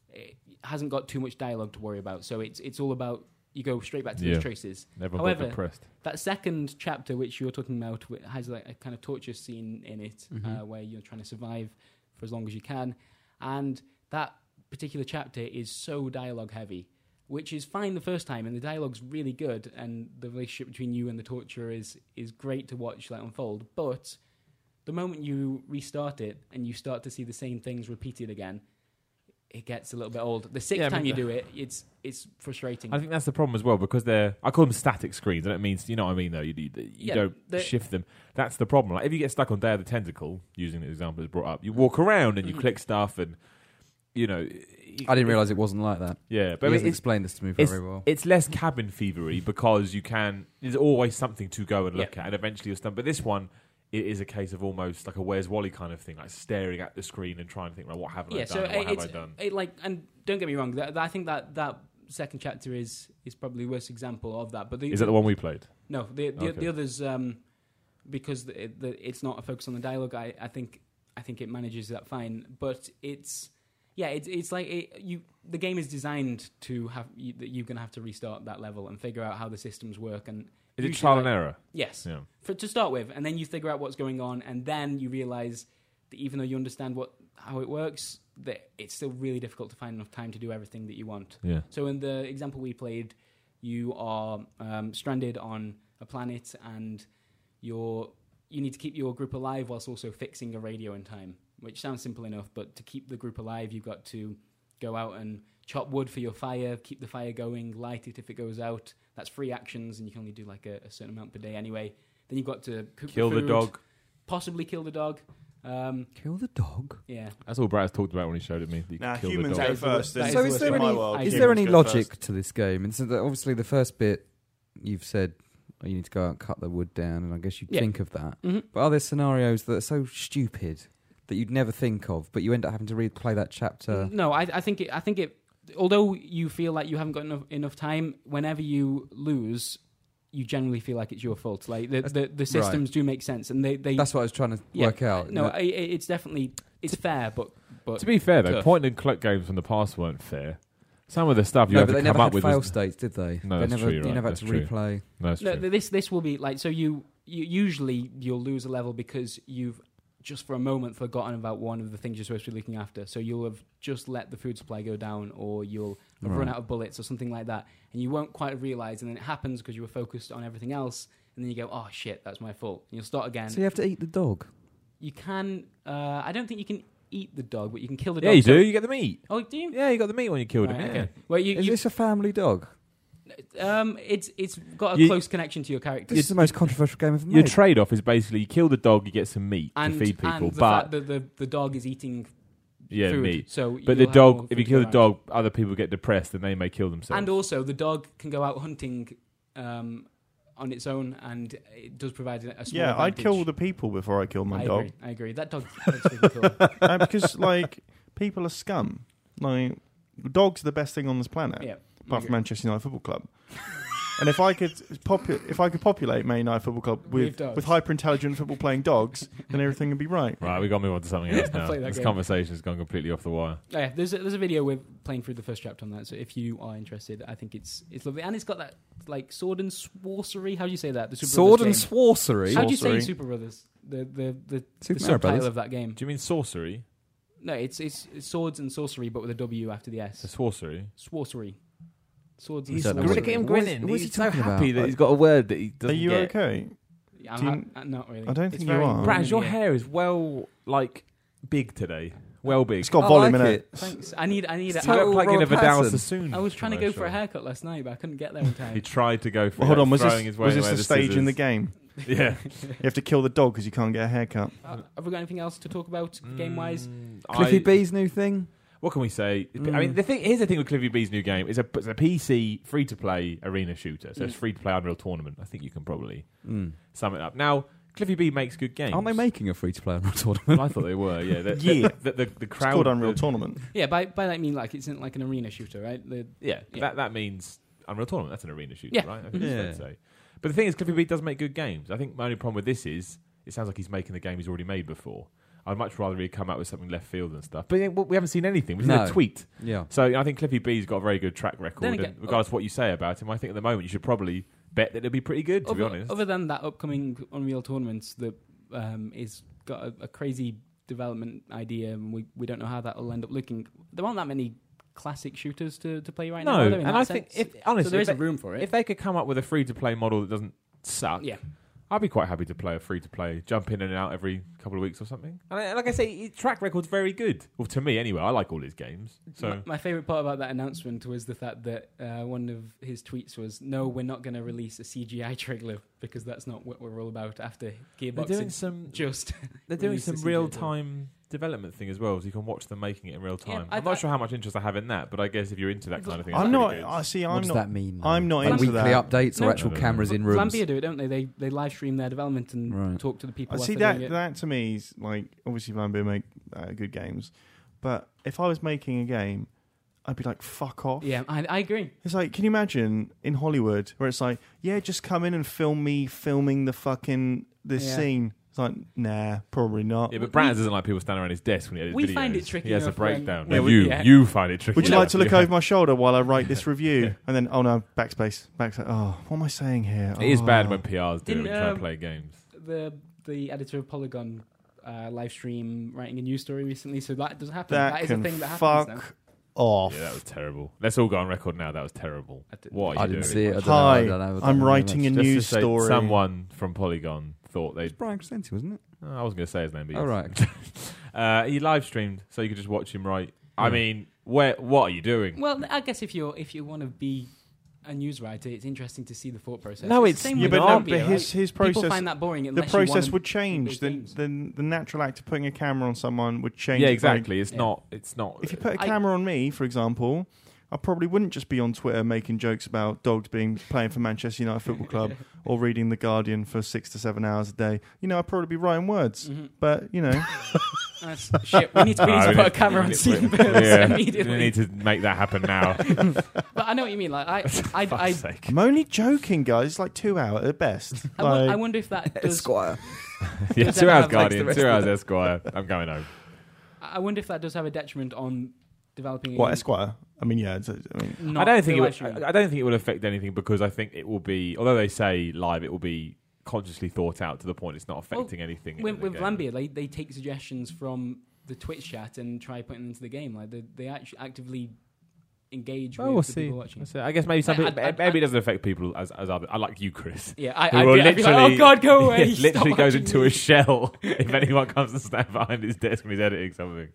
S3: it hasn't got too much dialogue to worry about. So it's it's all about you go straight back to
S4: Yeah.
S3: those traces.
S4: Never got
S3: However,
S4: depressed.
S3: that second chapter which you were talking about wh- has like a kind of torture scene in it uh,
S4: Mm-hmm.
S3: where you're trying to survive for as long as you can and that particular chapter is so dialogue heavy which is fine the first time and the dialogue's really good and the relationship between you and the torturer is is great to watch that unfold but the moment you restart it and you start to see the same things repeated again it gets a little bit old the sixth
S4: Yeah, I mean,
S3: time you
S4: the-
S3: do it it's it's frustrating
S4: I think that's the problem as well because they're I call them static screens. I don't mean you know what I mean though. You, you, you
S3: Yeah,
S4: don't
S3: they're-
S4: shift them. That's the problem. Like if you get stuck on Day of the Tentacle, using the example that's brought up, you walk around and you click stuff and you know.
S6: I didn't realise it wasn't like that.
S4: Yeah,
S6: But
S4: but I
S6: he
S4: mean,
S6: hasn't
S4: it's,
S6: explained this to me
S4: it's,
S6: very well.
S4: it's less cabin fevery because you can. There's always something to go and look
S3: Yeah.
S4: at, and eventually you'll stumble. But this one, it is a case of almost like a Where's Wally kind of thing, like staring at the screen and trying to think, right, what haven't I done? or what have I
S3: it's-
S4: done?
S3: It like, and don't get me wrong. That, that- I think that that second chapter is is probably the worst example of that. But the,
S4: Is that the one we played?
S3: No, the the,
S4: Okay.
S3: the others um, because the, it- the, it's not a focus on the dialogue. I, I think I think it manages that fine. But it's yeah, it's it's like it, you the game is designed to have you, that you're gonna have to restart that level and figure out how the systems work and
S4: Is it
S3: usually,
S4: trial
S3: like-
S4: and error?
S3: Yes.
S4: Yeah.
S3: For, to start with, and then you figure out what's going on, and then you realize that even though you understand what how it works, that it's still really difficult to find enough time to do everything that you want.
S4: Yeah.
S3: So in the example we played, you are um, stranded on a planet, and your you need to keep your group alive whilst also fixing a radio in time, which sounds simple enough. But to keep the group alive, you've got to go out and chop wood for your fire, keep the fire going, light it if it goes out. That's free actions, and you can only do like a, a certain amount per day anyway. Then you've got to cook
S4: Kill the
S3: food,
S4: dog.
S3: possibly kill the dog. Um,
S6: Kill the dog.
S3: yeah,
S4: That's all Brad's talked about when he showed it me. that you
S5: Nah,
S4: kill the
S5: humans
S4: dog.
S5: go
S3: is the worst-
S5: first.
S3: that
S5: in-
S3: is
S6: so
S3: the
S6: is
S3: worst
S6: there
S5: in
S6: any
S5: my world,
S3: I
S6: is
S3: think
S6: there
S5: humans
S6: any
S5: go
S6: logic
S5: first.
S6: to this game? And so the, obviously the first bit you've said oh, you need to go out and cut the wood down, and I guess you
S3: Yeah.
S6: think of that.
S3: Mhm.
S6: But are there scenarios that are so stupid that you'd never think of, but you end up having to replay that chapter?
S3: no, I, I think it, I think it. Although you feel like you haven't got enough enough time, whenever you lose, you generally feel like it's your fault. Like the the, the systems do make sense, and they they
S6: That's what I was trying to
S3: yeah.
S6: work out.
S3: No,
S6: That-
S3: I, I- it's definitely it's fair, but but
S4: To be fair though,
S3: Tough.
S4: point and click games from the past weren't fair. Some of the stuff you
S6: no,
S4: have
S6: but
S4: to
S6: they
S4: come
S6: never
S4: up
S6: had
S4: with.
S6: fail
S4: was-
S6: states, did they?
S4: No,
S6: they
S4: that's
S6: never,
S4: true,
S6: you
S4: right,
S6: never had
S4: that's
S6: to
S4: true.
S6: replay.
S4: No, that's
S3: no,
S4: true.
S3: th- this this will be like so. You, you usually you'll lose a level because you've just for a moment forgotten about one of the things you're supposed to be looking after. So you'll have just let the food supply go down, or you'll have run
S6: Right.
S3: out of bullets, or something like that, and you won't quite realize. And then it happens because you were focused on everything else, and then you go, "Oh shit, that's my fault." And you'll start again.
S6: So you have to eat the dog.
S3: you can. Uh, I don't think you can eat the dog, but you can kill the
S4: yeah,
S3: dog.
S4: you
S3: So-
S4: do. You get the meat.
S3: Oh, do you?
S4: Yeah, you got the meat when you killed
S3: Right,
S4: him. Yeah.
S3: okay. Well, you,
S6: Is
S3: you
S6: this a family dog?
S3: um, it's it's got a
S4: You-
S3: close connection to your character.
S6: This is the most controversial game ever
S4: Your
S6: made.
S4: trade-off is basically you kill the dog, you get some meat
S3: and,
S4: to feed people,
S3: and the
S4: but
S3: fact that the, the dog is eating
S4: yeah,
S3: food.
S4: meat.
S3: So,
S4: But
S3: you'll
S4: the
S3: have more
S4: dog, if
S3: food
S4: you
S3: to
S4: kill
S3: go
S4: the dog, other people get depressed and they may kill
S3: around.
S4: themselves.
S3: and also the dog can go out hunting um, on its own, and it does provide a a small.
S5: Yeah, I'd
S3: advantage.
S5: kill the people before I killed my
S3: I
S5: dog.
S3: Agree, I agree. That dog. dog's really cool.
S5: Uh, because like people are scum. Like dogs are the best thing on this planet,
S3: Yeah.
S5: apart from Manchester United Football Club. and if I could popu- if I could populate Man United Football Club
S3: With
S5: with
S3: dogs.
S5: with hyper intelligent football playing dogs, then everything would be right.
S4: right, we got to move on to something else now.
S3: play that
S4: This
S3: game.
S4: conversation's gone completely off the wire.
S3: Oh, yeah, there's a, there's a video we're playing through the first chapter on that. So if you are interested, I think it's it's lovely, and it's got that like sword and sorcery. How do you say that? The Super
S6: Sword and
S3: Brothers game.
S6: sorcery.
S3: How do you say
S5: Sorcery.
S3: Super Brothers? The the the,
S6: Super
S3: the
S6: Mario
S3: subtitle
S6: Brothers.
S3: of that game.
S4: Do you mean sorcery?
S3: No, it's, it's it's swords and sorcery, but with a W after the S.
S4: It's sorcery.
S3: sorcery. Swords and
S6: He's-
S3: sorcery.
S6: Look at him grinning. What is he talking about?
S4: got a word that he
S5: Are you okay?
S3: I'm
S5: Do you-
S3: ha- not really.
S5: I don't
S3: It's
S5: think you
S3: very
S5: are.
S4: Brad, your
S3: Yeah.
S4: hair is well, like, big today. Well big.
S5: It's got
S6: I
S5: volume
S6: like
S5: in it.
S6: it.
S3: Thanks. I need. I need.
S6: It's
S3: A, I,
S6: total-
S4: you look like in a
S6: Robert
S4: Vidal
S6: Patterson.
S4: Sassoon
S3: I was trying to go for a
S4: commercial.
S3: haircut last night, but I couldn't get there in
S4: He
S3: time.
S4: tried to go for
S5: Well, hold
S4: it,
S5: on, was
S4: throwing
S5: this
S4: his way
S5: was this
S4: away
S5: the stage in the
S4: scissors.
S5: game?
S4: Yeah.
S5: You have to kill the dog because you can't get a haircut.
S3: Uh, have we got anything else to talk about game wise?
S4: Mm,
S6: Cliffy Mm.
S4: I-
S6: B's new thing.
S4: What can we say? I mean, the thing here's the thing with Cliffy B's new game it's a, it's a PC free to play arena shooter, so it's free to play Unreal Tournament. I think you can probably
S6: Mm.
S4: sum it up. Now, Cliffy B makes good games.
S6: Aren't they making a free to play Unreal
S4: Well,
S6: tournament?
S4: I thought they were. Yeah, the,
S5: Yeah.
S4: The, the, the
S5: It's
S4: crowd.
S5: called Unreal
S4: the-
S5: Tournament.
S3: Yeah, by by that I mean like it's in like an arena shooter, right? The,
S4: Yeah, but
S3: Yeah.
S4: That that means Unreal Tournament. That's an arena shooter,
S3: Yeah.
S4: right? I think that's fair
S6: Mm-hmm. Yeah.
S4: to say. But the thing is, Cliffy B does make good games. I think my only problem with this is it sounds like he's making the game he's already made before. I'd much rather he come out with something left field and stuff. But yeah, well, we haven't seen anything. We've seen a
S6: No.
S4: tweet.
S6: yeah.
S4: So I think Cliffy B's got a very good track record.
S3: Then again-
S4: and regardless of what you say about him, I think at the moment you should probably bet that it'll be pretty good. To
S3: other,
S4: be honest,
S3: other than that upcoming Unreal tournament that um, is got a, a crazy development idea, and we, we don't know how that'll end up looking. There aren't that many classic shooters to, to play right now.
S4: no,
S3: are there, in
S4: and
S3: that
S4: I think
S3: sense?
S4: if honestly,
S3: so there
S4: if
S3: is a
S4: they-
S3: room for it.
S4: if they could come up with a free to play model that doesn't suck,
S3: yeah,
S4: I'd be quite happy to play a free to play, jump in and out every couple of weeks or something. And I- like I say, his track record's very good. Well, to me anyway, I like all his games. So
S3: my, my favorite part about that announcement was the fact that uh, one of his tweets was, "No, we're not going to release a CGI trailer because that's not what we're all about." After
S4: they're
S3: Gearbox
S4: doing
S3: had
S4: some
S3: just
S4: they're doing
S3: released
S4: some
S3: the CGI
S4: real time development thing as well, so you can watch them making it in real
S3: Yeah,
S4: time.
S3: I-
S4: I'm not
S3: I-
S4: sure how much interest I have in that, but I guess if you're into that kind of thing,
S5: I'm
S4: it's
S5: not.
S4: pretty good.
S5: I see.
S6: what
S5: I'm
S6: does
S5: not.
S6: that mean?
S5: I'm not
S6: like
S5: into
S6: weekly
S5: that.
S6: updates
S3: No.
S6: or actual
S4: No, no, no.
S6: cameras in rooms.
S3: Glanbia do it, don't they? They they live stream their development and
S6: Right.
S3: talk to the people.
S5: I
S3: whilst
S5: see
S3: they're doing
S5: that.
S3: it.
S5: That to me is like obviously Vlambeer make uh, good games, but if I was making a game, I'd be like, "Fuck off."
S3: Yeah, I, I agree.
S5: It's like, can you imagine in Hollywood where it's like, "Yeah, just come in and film me filming the fucking this
S3: Yeah.
S5: scene." It's like, nah, probably not.
S4: Yeah, but Brands doesn't like people standing around his desk when he edits
S3: We
S4: videos.
S3: find it tricky
S4: He has a
S3: enough when-
S4: breakdown.
S3: Yeah,
S4: No,
S3: we-
S4: you
S3: yeah.
S4: you find it tricky.
S5: Would you
S4: enough.
S5: like to look
S4: Yeah.
S5: over my shoulder while I write this review?
S4: Yeah.
S5: And then, oh no, backspace, backspace. Oh, what am I saying here?
S4: It is bad
S5: Oh.
S4: when PRs do it when
S3: Didn't,
S4: you try
S3: um,
S4: to play games.
S3: The the editor of Polygon uh, live stream writing a news story recently, so that does happen.
S5: that,
S3: that is
S5: can
S3: a thing that happens.
S5: fuck
S3: now.
S5: off.
S4: Yeah, that was terrible. Let's all go on record now. That was terrible.
S3: I did-
S4: What are you
S6: I
S4: doing?
S6: didn't see it. I don't know,
S5: Hi,
S6: I don't know, I don't
S5: I'm
S6: know
S5: writing
S6: much.
S5: a
S4: Just to
S5: news
S4: say
S5: story.
S4: Someone from Polygon thought
S6: It's
S4: they'd.
S6: Brian Crescenti, wasn't it?
S4: Oh, I was going to say his name, but
S6: All
S4: yes.
S6: right.
S4: Uh, he live streamed, so you could just watch him write. I
S6: Yeah.
S4: mean, where? What are you doing?
S3: Well, I guess if you if you want to be a news writer, it's interesting to see the thought process.
S4: No,
S3: it's,
S4: it's
S3: the same
S5: yeah,
S3: with
S5: but, no,
S3: Zambia,
S5: but his,
S3: right?
S5: his
S3: People
S5: process,
S3: find that boring.
S5: the
S3: Unless you
S5: process
S3: wanna
S5: would
S3: big
S5: change. The,
S3: games.
S5: the the natural act of putting a camera on someone would change.
S4: yeah,
S5: the very-
S4: exactly. It's
S3: Yeah.
S4: not. It's not.
S5: If you put a
S3: I-
S5: camera on me, for example, I probably wouldn't just be on Twitter making jokes about dogs being playing for Manchester United Football Club or reading The Guardian for six to seven hours a day. You know, I'd probably be writing words.
S3: Mhm.
S5: But you know,
S3: That's- Uh, shit, we need to, we need
S4: No,
S3: to
S4: we
S3: put a
S4: need-
S3: camera
S4: we
S3: on
S4: need-
S3: Stephen
S4: we-
S3: Burns
S4: yeah.
S3: immediately.
S4: We need to make that happen now.
S3: But I know what you mean. Like I, I,
S4: For
S3: I,
S4: fuck's sake.
S5: I'm only joking, guys. It's like two hour at best.
S3: I, wo-
S5: Like,
S3: I wonder if that does.
S6: Esquire.
S4: Yeah,
S3: Does
S4: two hours
S3: that have, like,
S6: the
S4: Guardian,
S6: rest
S4: two
S6: of
S4: hours
S6: the-
S4: Esquire. I'm going home.
S3: I wonder if that does have a detriment on developing. a
S5: what
S3: unique-
S5: Esquire? I mean, yeah. It's, I mean,
S3: not
S4: I don't think it
S3: real live
S4: will,
S3: streaming.
S4: I I don't think it will affect anything because I think it will be. Although they say live, it will be consciously thought out to the point it's not
S3: Well,
S4: affecting anything. in
S3: with,
S4: the
S3: with
S4: game.
S3: Lambia, they, they take suggestions from the Twitch chat and try putting them into the game. Like they, they actually actively engage
S4: Well,
S3: with
S4: Oh, we'll
S3: the
S4: see.
S3: people
S4: We'll
S3: watching.
S4: see. I guess maybe some
S3: I-
S4: people,
S3: I- I-
S4: maybe it doesn't affect people as as other. I like you, Chris.
S3: Yeah, I,
S4: who
S3: I'd,
S4: will
S3: be, I'd be like, oh god, go away!
S4: yeah, literally
S3: Stop
S4: goes
S3: watching
S4: into
S3: me."
S4: a shell if anyone comes to stand behind his desk when he's editing something.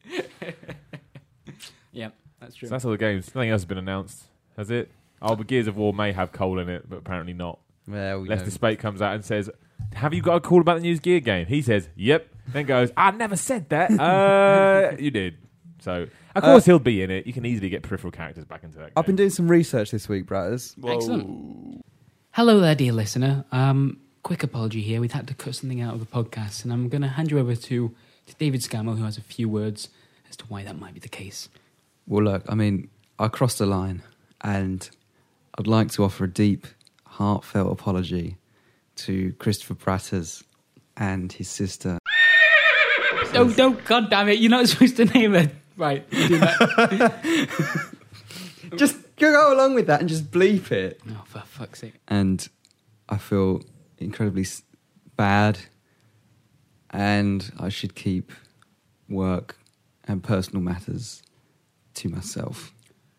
S3: Yeah, that's
S4: So
S3: true.
S4: that's all the games. Nothing else has been announced, has it? Oh, but Gears of War may have coal in it, but apparently not.
S6: Well, you
S4: Lester
S6: know.
S4: Spate comes out and says, "Have you got a call about the news gear game?" He says, "Yep." Then goes, "I never said that." uh, you did. So of course he'll be in it. You can easily get peripheral characters back into that.
S6: I've been
S4: game.
S6: doing some research this week, brothers.
S3: Excellent. Hello there, dear listener. Um, quick apology here. We've had to cut something out of the podcast, and I'm going to hand you over to, to David Scammell, who has a few words as to why that might be the case.
S6: Well, look, I mean, I crossed the line, and I'd like to offer a deep, heartfelt apology to Christopher Pratters and his sister.
S3: No, no, Oh, god damn it! You're not supposed to name it. Right, you do that.
S6: Just go along with that and just bleep it.
S3: oh, for fuck's sake.
S6: And I feel incredibly s- bad, and I should keep work and personal matters to myself.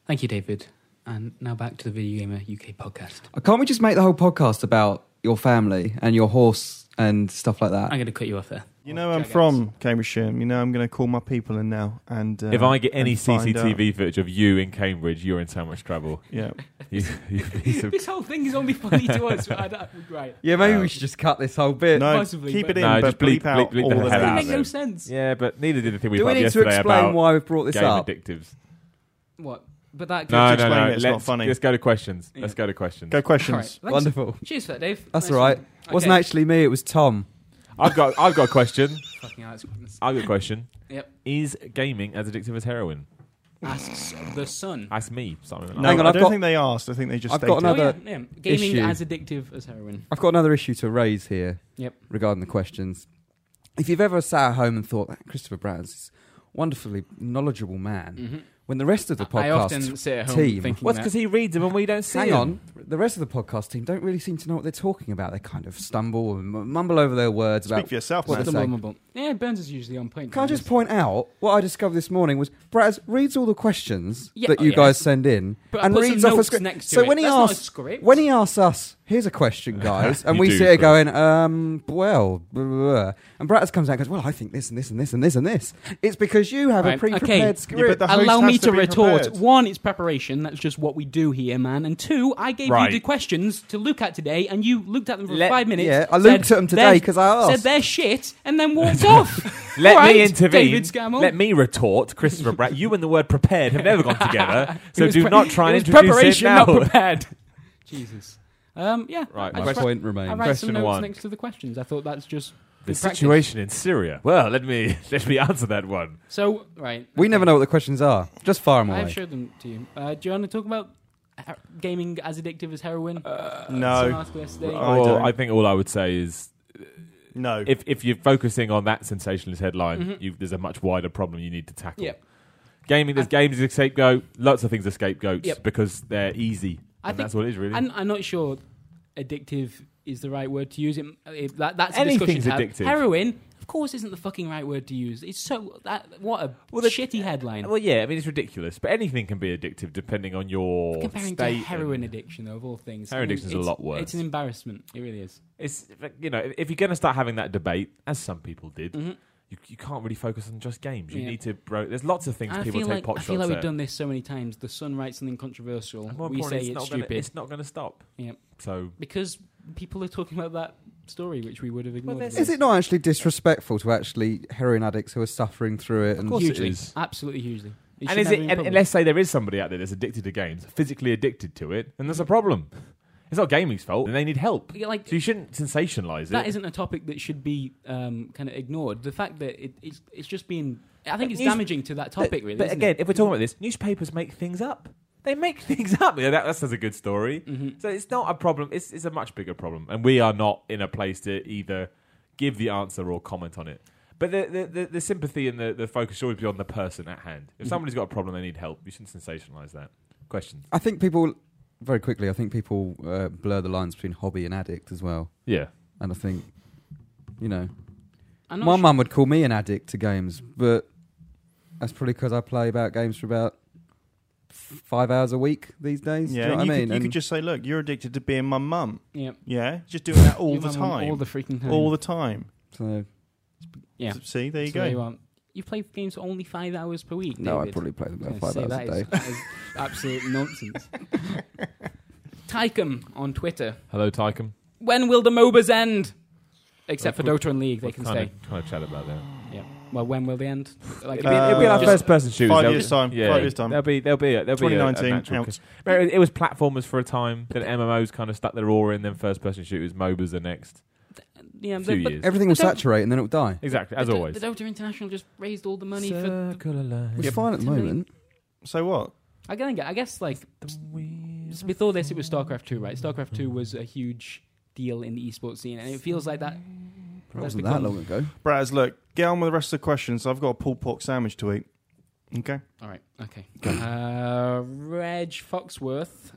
S3: Thank you, David. And now back to the Video Gamer UK podcast.
S6: Uh, Can't we just make the whole podcast about your family and your horse and stuff like that?
S3: I'm going to cut you off there.
S5: you know, I'm from Cambridgeshire. You know, I'm going to call my people in now. And uh,
S4: If I get any
S5: and find out.
S4: CCTV footage of you in Cambridge, you're in so much trouble.
S5: yeah.
S4: You, you piece of-
S3: This whole thing is only funny to us. I don't- right.
S6: Yeah, maybe
S4: Um,
S6: we should just cut this whole bit.
S5: No,
S3: Possibly,
S5: keep
S3: but-
S5: it in,
S4: No,
S5: but
S4: just bleep-
S5: bleep, out
S4: bleep- bleep
S5: all
S4: the
S5: the
S4: hell
S3: It
S4: out
S5: names.
S3: make
S4: of
S3: no
S4: it.
S3: sense.
S4: yeah, but neither did the thing we
S6: Do
S4: put
S6: we
S4: up
S6: need to
S4: yesterday
S6: explain
S4: about
S6: why we brought this
S4: game
S6: up?
S4: addictives.
S3: What? But that.
S4: No,
S5: to
S4: no,
S5: explain
S4: no.
S5: it, it's
S4: Let's,
S5: not funny.
S4: let's go to questions.
S3: Yeah.
S4: Let's go to questions.
S5: Go
S3: All right,
S5: questions.
S3: thanks.
S6: Wonderful.
S3: Cheers for that, Dave.
S6: That's
S3: Nice
S6: all right.
S3: one.
S6: Wasn't
S3: Okay.
S6: actually me. It was Tom.
S4: I've got, I've got a question.
S3: Fucking hell, it's-
S4: I've got a question.
S3: Yep.
S4: Is gaming as addictive as heroin?
S3: Asks the sun.
S4: Ask me, Simon.
S5: No,
S6: Hang on,
S5: I
S6: I've
S5: don't
S6: got-
S5: think they asked. I think they just
S6: I've got
S5: stated.
S3: Oh,
S6: another-
S3: yeah, yeah. Gaming
S6: issue.
S3: as addictive as heroin.
S6: I've got another issue to raise here.
S3: Yep.
S6: Regarding the questions, if you've ever sat at home and thought "Ah, Christopher Brown's is a wonderfully knowledgeable man, when the rest of Mm-hmm. the podcast
S3: Mm-hmm. I often sit at home
S6: team-
S3: thinking
S4: Well,
S3: that.
S4: because he reads them and we don't see
S6: Hang on. The rest of the podcast team don't really seem to know what they're talking about. They kind of stumble and m- mumble over their words
S5: Speak
S6: about
S5: for yourself,
S6: what
S5: man.
S6: they're
S3: Stumble,
S6: saying.
S3: mumble. Yeah, Burns is usually on point.
S6: Can I just
S3: Burns.
S6: point out what I discovered this morning was Braz reads all the questions
S3: Yeah,
S6: that
S3: oh,
S6: you
S3: yeah.
S6: guys send in
S3: But I
S6: and
S3: put
S6: reads
S3: some
S6: off a
S3: notes
S6: script.
S3: next to
S6: so
S3: it.
S6: when he
S3: That's not a
S6: asks,
S3: script.
S6: when he asks us, "Here's a question, guys," and
S4: You
S6: we
S4: do,
S6: sit here
S4: Chris.
S6: going, um, "Well," blah, blah, blah. and Braz comes out and goes, "Well, I think this and this and this and this and this." It's because you have
S3: Right,
S6: a pre-prepared
S3: okay.
S5: Yeah, but
S6: script.
S5: the host
S3: Allow
S5: has
S3: me to,
S5: be
S3: retort.
S5: prepared.
S3: One, it's preparation. That's just what we do here, man. And two, I gave
S4: Right.
S3: you the questions to look at today, and you looked at them for
S4: Let-
S3: five minutes.
S6: yeah, I
S3: said
S6: looked at 'em today
S3: they're-
S6: 'cause I
S3: Said
S6: asked.
S3: they're shit, and then walked off.
S4: Let
S3: Right,
S4: me intervene.
S3: David Scammell.
S4: Let me retort, Christopher Brett. You and the word prepared have never gone together, so
S3: was
S4: do
S3: pre-
S4: not try and
S3: it was
S4: introduce
S3: preparation,
S4: it now.
S3: not prepared. Jesus. Um, yeah.
S4: Right,
S3: I
S4: my
S3: just write-
S6: point
S3: I
S6: remains.
S3: write
S4: Question
S3: some notes
S4: one.
S3: next to the questions. I thought that's just
S4: the
S3: good practice.
S4: situation in Syria. Well, let me let me answer that one.
S3: So right,
S6: We never know what the questions are. Just fire them
S3: I've
S6: away.
S3: showed them to you. Uh, do you want to talk about he- gaming as addictive as heroin? Some
S5: No,
S3: article yesterday.
S5: I
S4: Uh, Well,
S5: don't.
S4: I think all I would say is
S5: no.
S4: if if you're focusing on that sensationalist headline,
S3: Mm-hmm.
S4: you, there's a much wider problem you need to tackle.
S3: Yep.
S4: Gaming, there's games as a scapegoat. Lots of things are scapegoats
S3: Yep.
S4: because they're easy.
S3: I
S4: and
S3: think-
S4: that's what it is, really.
S3: I'm, I'm not sure addictive is the right word to use. It, it- that, that's a
S4: Anything's
S3: discussion to have.
S4: addictive.
S3: Heroin, Of course, isn't the fucking right word to use. It's so that what a
S4: Well, the-
S3: shitty headline.
S4: Well, yeah, I mean it's ridiculous, but anything can be addictive depending on your
S3: Comparing to
S4: state.
S3: heroin
S4: and-
S3: addiction, though, of all things,
S4: Heroin
S3: I mean,
S4: addiction's a
S3: it's-
S4: lot worse.
S3: It's an embarrassment. It really is.
S4: It's you know if you're going to start having that debate, as some people did, you, you can't really focus on just games. You
S3: Mm. Yeah.
S4: need to. Bro- there's lots of things
S3: Mm-hmm. And I
S4: people
S3: feel
S4: take
S3: like
S4: pot
S3: I feel
S4: shots
S3: like we've
S4: at.
S3: done this so many times. The sun writes something controversial.
S4: And more
S3: We
S4: importantly,
S3: say it's
S4: not gonna-
S3: stupid
S4: it's not going to stop.
S3: Yep.
S4: So
S3: because people are talking about that story, which we would have ignored.
S4: there's-
S6: Is it not actually disrespectful to actually heroin addicts who are suffering through it? And
S4: course it
S3: hugely,
S4: is.
S3: absolutely hugely.
S4: and
S3: It shouldn't
S4: is
S3: have
S4: it?
S3: any
S4: And,
S3: problem.
S4: and let's say there is somebody out there that's addicted to games, physically addicted to it, and there's a problem. It's not gaming's fault, and they need help.
S3: Yeah, like-
S4: so you shouldn't sensationalize
S3: that
S4: it.
S3: isn't a topic that should be um, kind of ignored. The fact that it, it's it's just being, I think it's
S4: News-
S3: damaging to that topic.
S4: But-
S3: really,
S4: But
S3: isn't
S4: again,
S3: it?
S4: if we're talking about this, newspapers make things up. They make things up. Yeah, that, that sounds a good story.
S3: Mm-hmm.
S4: So it's not a problem. It's it's a much bigger problem, and we are not in a place to either give the answer or comment on it. But the the, the, the sympathy and the, the focus should always be on the person at hand. If somebody's got a problem, they need help. You shouldn't sensationalize that. Questions?
S6: I think people, very quickly, I think people uh, blur the lines between hobby and addict as well.
S4: Yeah.
S6: And I think, you know,
S3: I'm not
S6: my
S3: sure-
S6: mum would call me an addict to games, but that's probably because I play about games for about f- five hours a week these days. Do
S5: Yeah,
S6: you know
S5: and
S6: what
S5: you,
S6: I mean?
S5: could, you could
S6: And-
S5: just say, look, you're addicted to being my mum.
S3: yeah,
S5: Yeah, just doing that all
S3: Your
S5: the
S3: mum on
S5: time,
S3: all the freaking time,
S5: all the time.
S6: so,
S3: yeah.
S5: See, there you
S3: So
S5: go.
S3: are. You play games only five hours per week.
S6: no, I
S3: David.
S6: probably play them
S3: I'm gonna
S6: about five
S3: say
S6: hours
S3: that
S6: a
S3: is-
S6: day.
S3: that is absolute nonsense. Tycom on Twitter.
S4: Hello, Tycom.
S3: When will the MOBAs end? Except for
S4: Well,
S3: Dota and League, they can
S4: kind
S3: stay.
S4: Of, kind of chat about that.
S3: Yeah. Well, when will they end? Like,
S4: It'll be, it'll be
S5: Uh,
S4: like
S5: just
S4: first person shooters.
S5: five
S4: They'll-
S5: years time,
S4: Yeah,
S5: five years time.
S4: There'll be there'll be a, there'll be a- a
S5: 2019
S4: natural
S5: out.
S4: cons- Remember, It was platformers for a time. Then MMOs kind of stuck their aura in. Then first person shooters, MOBAs are next.
S3: yeah,
S4: Few
S3: but-
S4: years.
S6: Everything will
S3: But don't-
S6: saturate and then it'll die.
S4: Exactly, as
S3: the,
S4: always.
S3: The Dota International just raised all the money for.
S4: Circle of life.
S6: It's fine at the
S3: To me-
S6: moment.
S5: So what?
S3: I think- I guess like s- before this, it was StarCraft two, right? StarCraft two was a huge deal in the esports scene, and it feels like that.
S6: It
S3: that's
S6: wasn't that
S3: become-
S6: long ago.
S5: Braz, look, get on with the rest of the questions. I've got a pulled pork sandwich to eat. Okay.
S3: All right, okay. Uh, Reg Foxworth.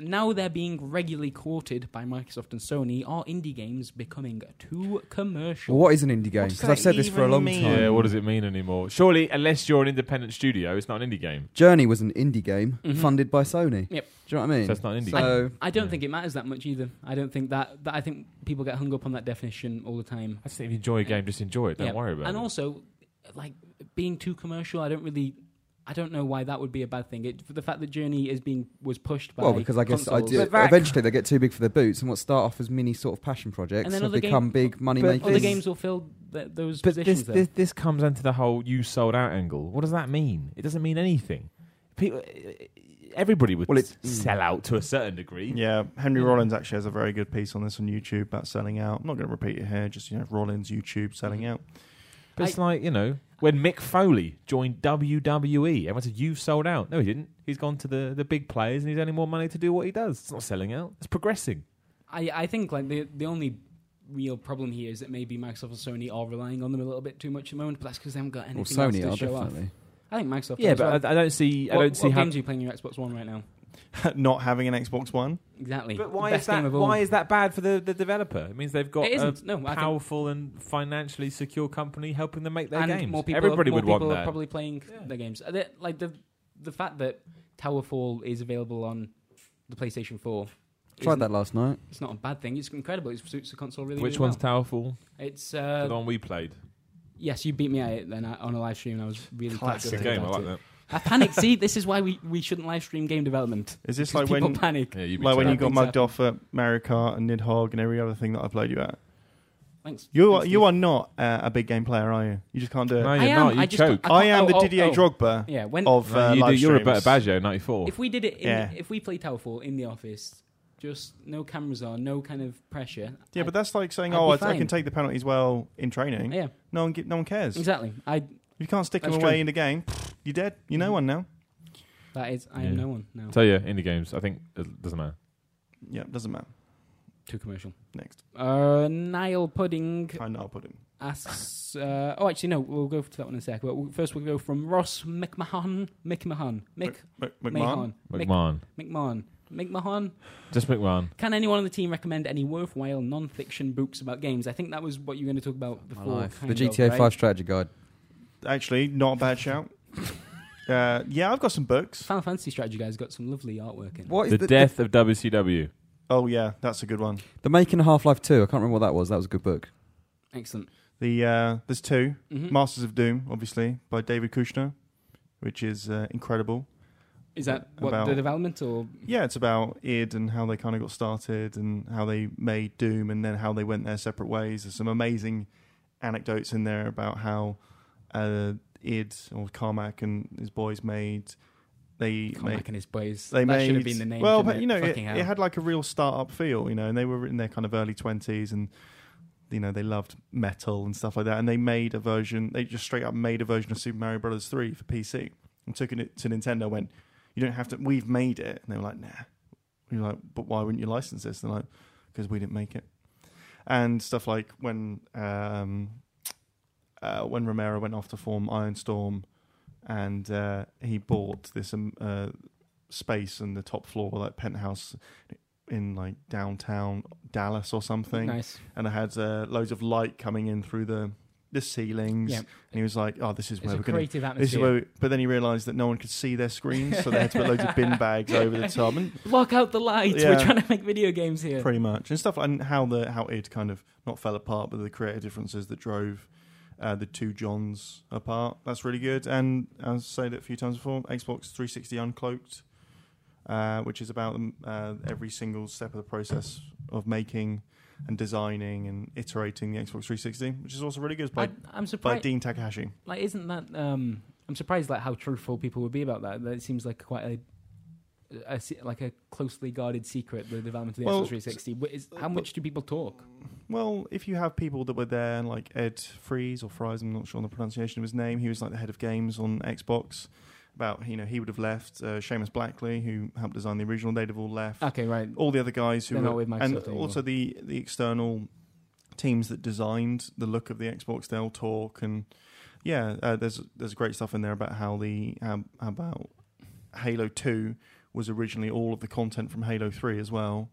S3: Now they're being regularly courted by Microsoft and Sony. Are indie games becoming too commercial?
S6: Well, what is an indie game?
S5: does
S6: Because
S5: that
S6: I've said this for a
S5: even
S6: long
S5: mean?
S6: time.
S4: Yeah, what does it mean anymore? Surely, unless you're an independent studio, it's not an indie game.
S6: Journey was an indie game
S3: Mhm.
S6: funded by Sony.
S3: Yep.
S6: Do you know what I mean?
S4: So it's not an indie
S6: So-
S4: game.
S3: I don't
S4: Yeah.
S3: think it matters that much either. I don't think that, that I think people get hung up on that definition all the time.
S4: I just think if you enjoy a game, just enjoy it. Don't
S3: Yeah.
S4: worry about
S3: and
S4: it.
S3: also, like being too commercial, I don't really, I don't know why that would be a bad thing. It, the fact that Journey is being was pushed by
S6: Well, because I guess
S3: consoles,
S6: idea,
S4: But that-
S6: eventually they get too big for their boots, and what start off as mini sort of passion projects
S3: And then
S6: have
S3: other
S6: become
S3: game-
S6: big money
S4: but
S6: makers.
S3: other games will fill th- those
S4: But this,
S3: positions. then.
S4: this this comes into the whole you sold out angle. What does that mean? It doesn't mean anything. People, everybody would
S6: Well, it's-
S4: sell out to a certain degree.
S5: Yeah, Henry Rollins actually has a very good piece on this on YouTube about selling out. I'm not going to repeat it here. Just you know, Rollins YouTube selling out.
S4: But it's like you know when Mick Foley joined WWE, everyone said you've sold out. No, he didn't. He's gone to the the big players and he's earning more money to do what he does. It's not selling out. It's progressing.
S3: I, I think like the the only real problem here is that maybe Microsoft and Sony are relying on them a little bit too much at the moment. But that's because they haven't got
S6: Well,
S3: anything
S6: Sony
S3: else to
S6: are
S3: show off.
S6: definitely.
S3: I think Microsoft.
S4: Yeah,
S3: as well.
S4: but I, I don't see. I
S3: What-
S4: don't see
S3: what
S4: how.
S3: games are you playing on your Xbox One right now?
S5: Not having an Xbox One.
S3: Exactly.
S4: But why
S3: Best
S4: is
S3: game
S4: that?
S3: of all.
S4: Why is that bad for the, the developer? It means they've got
S3: It
S4: a
S3: isn't. No, I think-
S4: powerful and financially secure company helping them make their
S3: and
S4: games.
S3: more people,
S4: Everybody
S3: more
S4: would
S3: people
S4: want
S3: are
S4: that.
S3: probably playing
S4: Yeah.
S3: their games. Are there- like the the fact that Towerfall is available on the PlayStation 4.
S6: Tried
S3: isn't-
S6: that last night.
S3: It's not a bad thing. It's incredible. It suits the console really.
S4: Which
S3: really
S4: one's
S3: well.
S4: powerful?
S3: It's
S4: the
S3: uh,
S4: one we played.
S3: yes, you beat me at it then uh, on a live stream. and I was really quite
S5: Classic
S3: good
S4: Good
S3: at
S4: game. I
S3: about
S4: like
S3: it.
S4: that.
S3: I panicked. See, this is why we, we shouldn't live stream game development.
S5: Is this
S3: Because
S5: like when
S3: people panic.
S4: Yeah, you
S5: like when you
S3: terrible.
S5: got mugged off at Mario Kart and Nidhogg and every other thing that I played you at?
S3: Thanks.
S5: You are,
S3: Thanks,
S5: you
S3: Steve.
S5: are not uh, a big game player, are you? You just can't do it.
S4: No,
S3: I
S4: you're
S3: am.
S4: not. You
S3: I just
S4: choke.
S3: I
S5: I
S3: can't-
S5: am
S3: oh,
S5: the
S3: oh,
S5: Didier
S3: oh.
S5: Drogba
S3: Yeah, when
S5: of
S4: No,
S5: uh,
S4: you
S5: live
S4: do, you're a
S5: streams.
S4: better Baggio, 94.
S3: if we did it, in,
S5: Yeah.
S3: if we played Towerfall in the office, just no cameras on, no kind of pressure.
S5: Yeah, but that's like saying,
S3: I'd
S5: oh,
S3: be
S5: I, I
S3: fine.
S5: can take the penalties well in training.
S3: yeah,
S5: No one, ge- no one cares.
S3: exactly. I
S5: You can't stick them
S3: That's
S5: away
S3: true. Mm-hmm.
S5: in the game. You're dead. You're no one now.
S3: that is I am
S4: Yeah.
S3: no one now.
S4: So yeah, indie games. I think it doesn't matter.
S5: Yeah, doesn't matter.
S3: Too commercial.
S5: Next,
S3: Uh, Niall Pudding
S5: I know I'll put it.
S3: asks. Uh, oh, actually, no. We'll go to that one in a sec. But we'll- first, we'll go from Ross McMahon. McMahon. Mick
S5: Mc-
S3: Mahon.
S5: McMahon.
S3: Mick
S4: McMahon.
S3: McMahon. Mick Mahon.
S4: Just McMahon.
S3: Can anyone on the team recommend any worthwhile non-fiction books about games? I think that was what you were going to talk about before.
S6: The
S3: kind
S6: GTA
S3: of, right?
S6: 5 strategy guide.
S5: Actually, not a bad shout. uh, yeah, I've got some books.
S3: Final Fantasy Strategy guys got some lovely artwork in. it.
S6: What is
S4: The,
S6: the,
S4: death of WCW.
S5: Oh yeah, that's a good one.
S6: The, the making of Half Life 2. I can't remember what that was. That was a good book.
S3: Excellent.
S5: The uh, there's 2
S3: Mhm.
S5: Masters of Doom, obviously by David Kushner, which is uh, incredible.
S3: Is that what
S5: About-
S3: the development or
S5: Yeah, it's about id and how they kind of got started and how they made Doom and then how they went their separate ways. There's some amazing anecdotes in there about how uh, id or Carmack and his boys made they made
S3: Carmack and his boys?
S5: they
S3: that
S5: made
S3: should have been the name.
S5: Well,
S3: shouldn't
S5: but
S3: it?
S5: you know, it,
S3: Fucking hell.
S5: it had like a real startup feel, you know, and they were in their kind of early twenties, and you know they loved metal and stuff like that, and they made a version. They just straight up made a version of Super Mario Brothers three for PC and took it to Nintendo. and Went, you don't have to. We've made it, and they were like, nah. You're like, but why wouldn't you license this? And they're like, because we didn't make it, and stuff like when um, uh, when Romero went off to form Iron Storm, and uh, he bought this um, uh, space in the top floor, like penthouse in like downtown Dallas or something,
S3: Nice.
S5: and it had uh, loads of light coming in through the the ceilings,
S3: Yeah.
S5: and he was like, "Oh, this is
S3: It's
S5: where
S3: a
S5: we're going."
S3: creative
S5: This is
S3: atmosphere.
S5: where, we, but then he realised that no one could see their screens, so they had to put loads of bin bags over the top, and
S3: Block out the lights. We're
S5: Yeah.
S3: trying to make video games here.
S5: pretty much and stuff like and how the how it kind of not fell apart but the creative differences that drove uh, the two johns apart that's really good and i've said it a few times before xbox 360 uncloaked uh, which is about um, uh, every single step of the process of making and designing and iterating the xbox 360 which is also really good It's by,
S3: I, I'm
S5: by
S3: surprised.
S5: dean takahashi
S3: like, isn't that? Um, I'm surprised like how truthful people would be about that. That seems like quite a. A, se- like a closely guarded secret, the development of the
S5: Well, uh,
S3: Xbox 360. Wh- Is, how
S5: well-
S3: much do people talk?
S5: Well, if you have people that were there, like Ed Fries or Fries, I'm not sure on the pronunciation of his name. He was like the head of games on Xbox. About you know he would have left. Uh, Seamus Blackley, who helped design the original, they'd have all left.
S3: Okay, right.
S5: all the other guys who
S3: They're
S5: were,
S3: not with Microsoft
S5: and
S3: anymore.
S5: also the the external teams that designed the look of the Xbox, they'll talk and yeah, uh, there's there's great stuff in there about how the how, how about Halo Two was originally all of the content from Halo Three as well,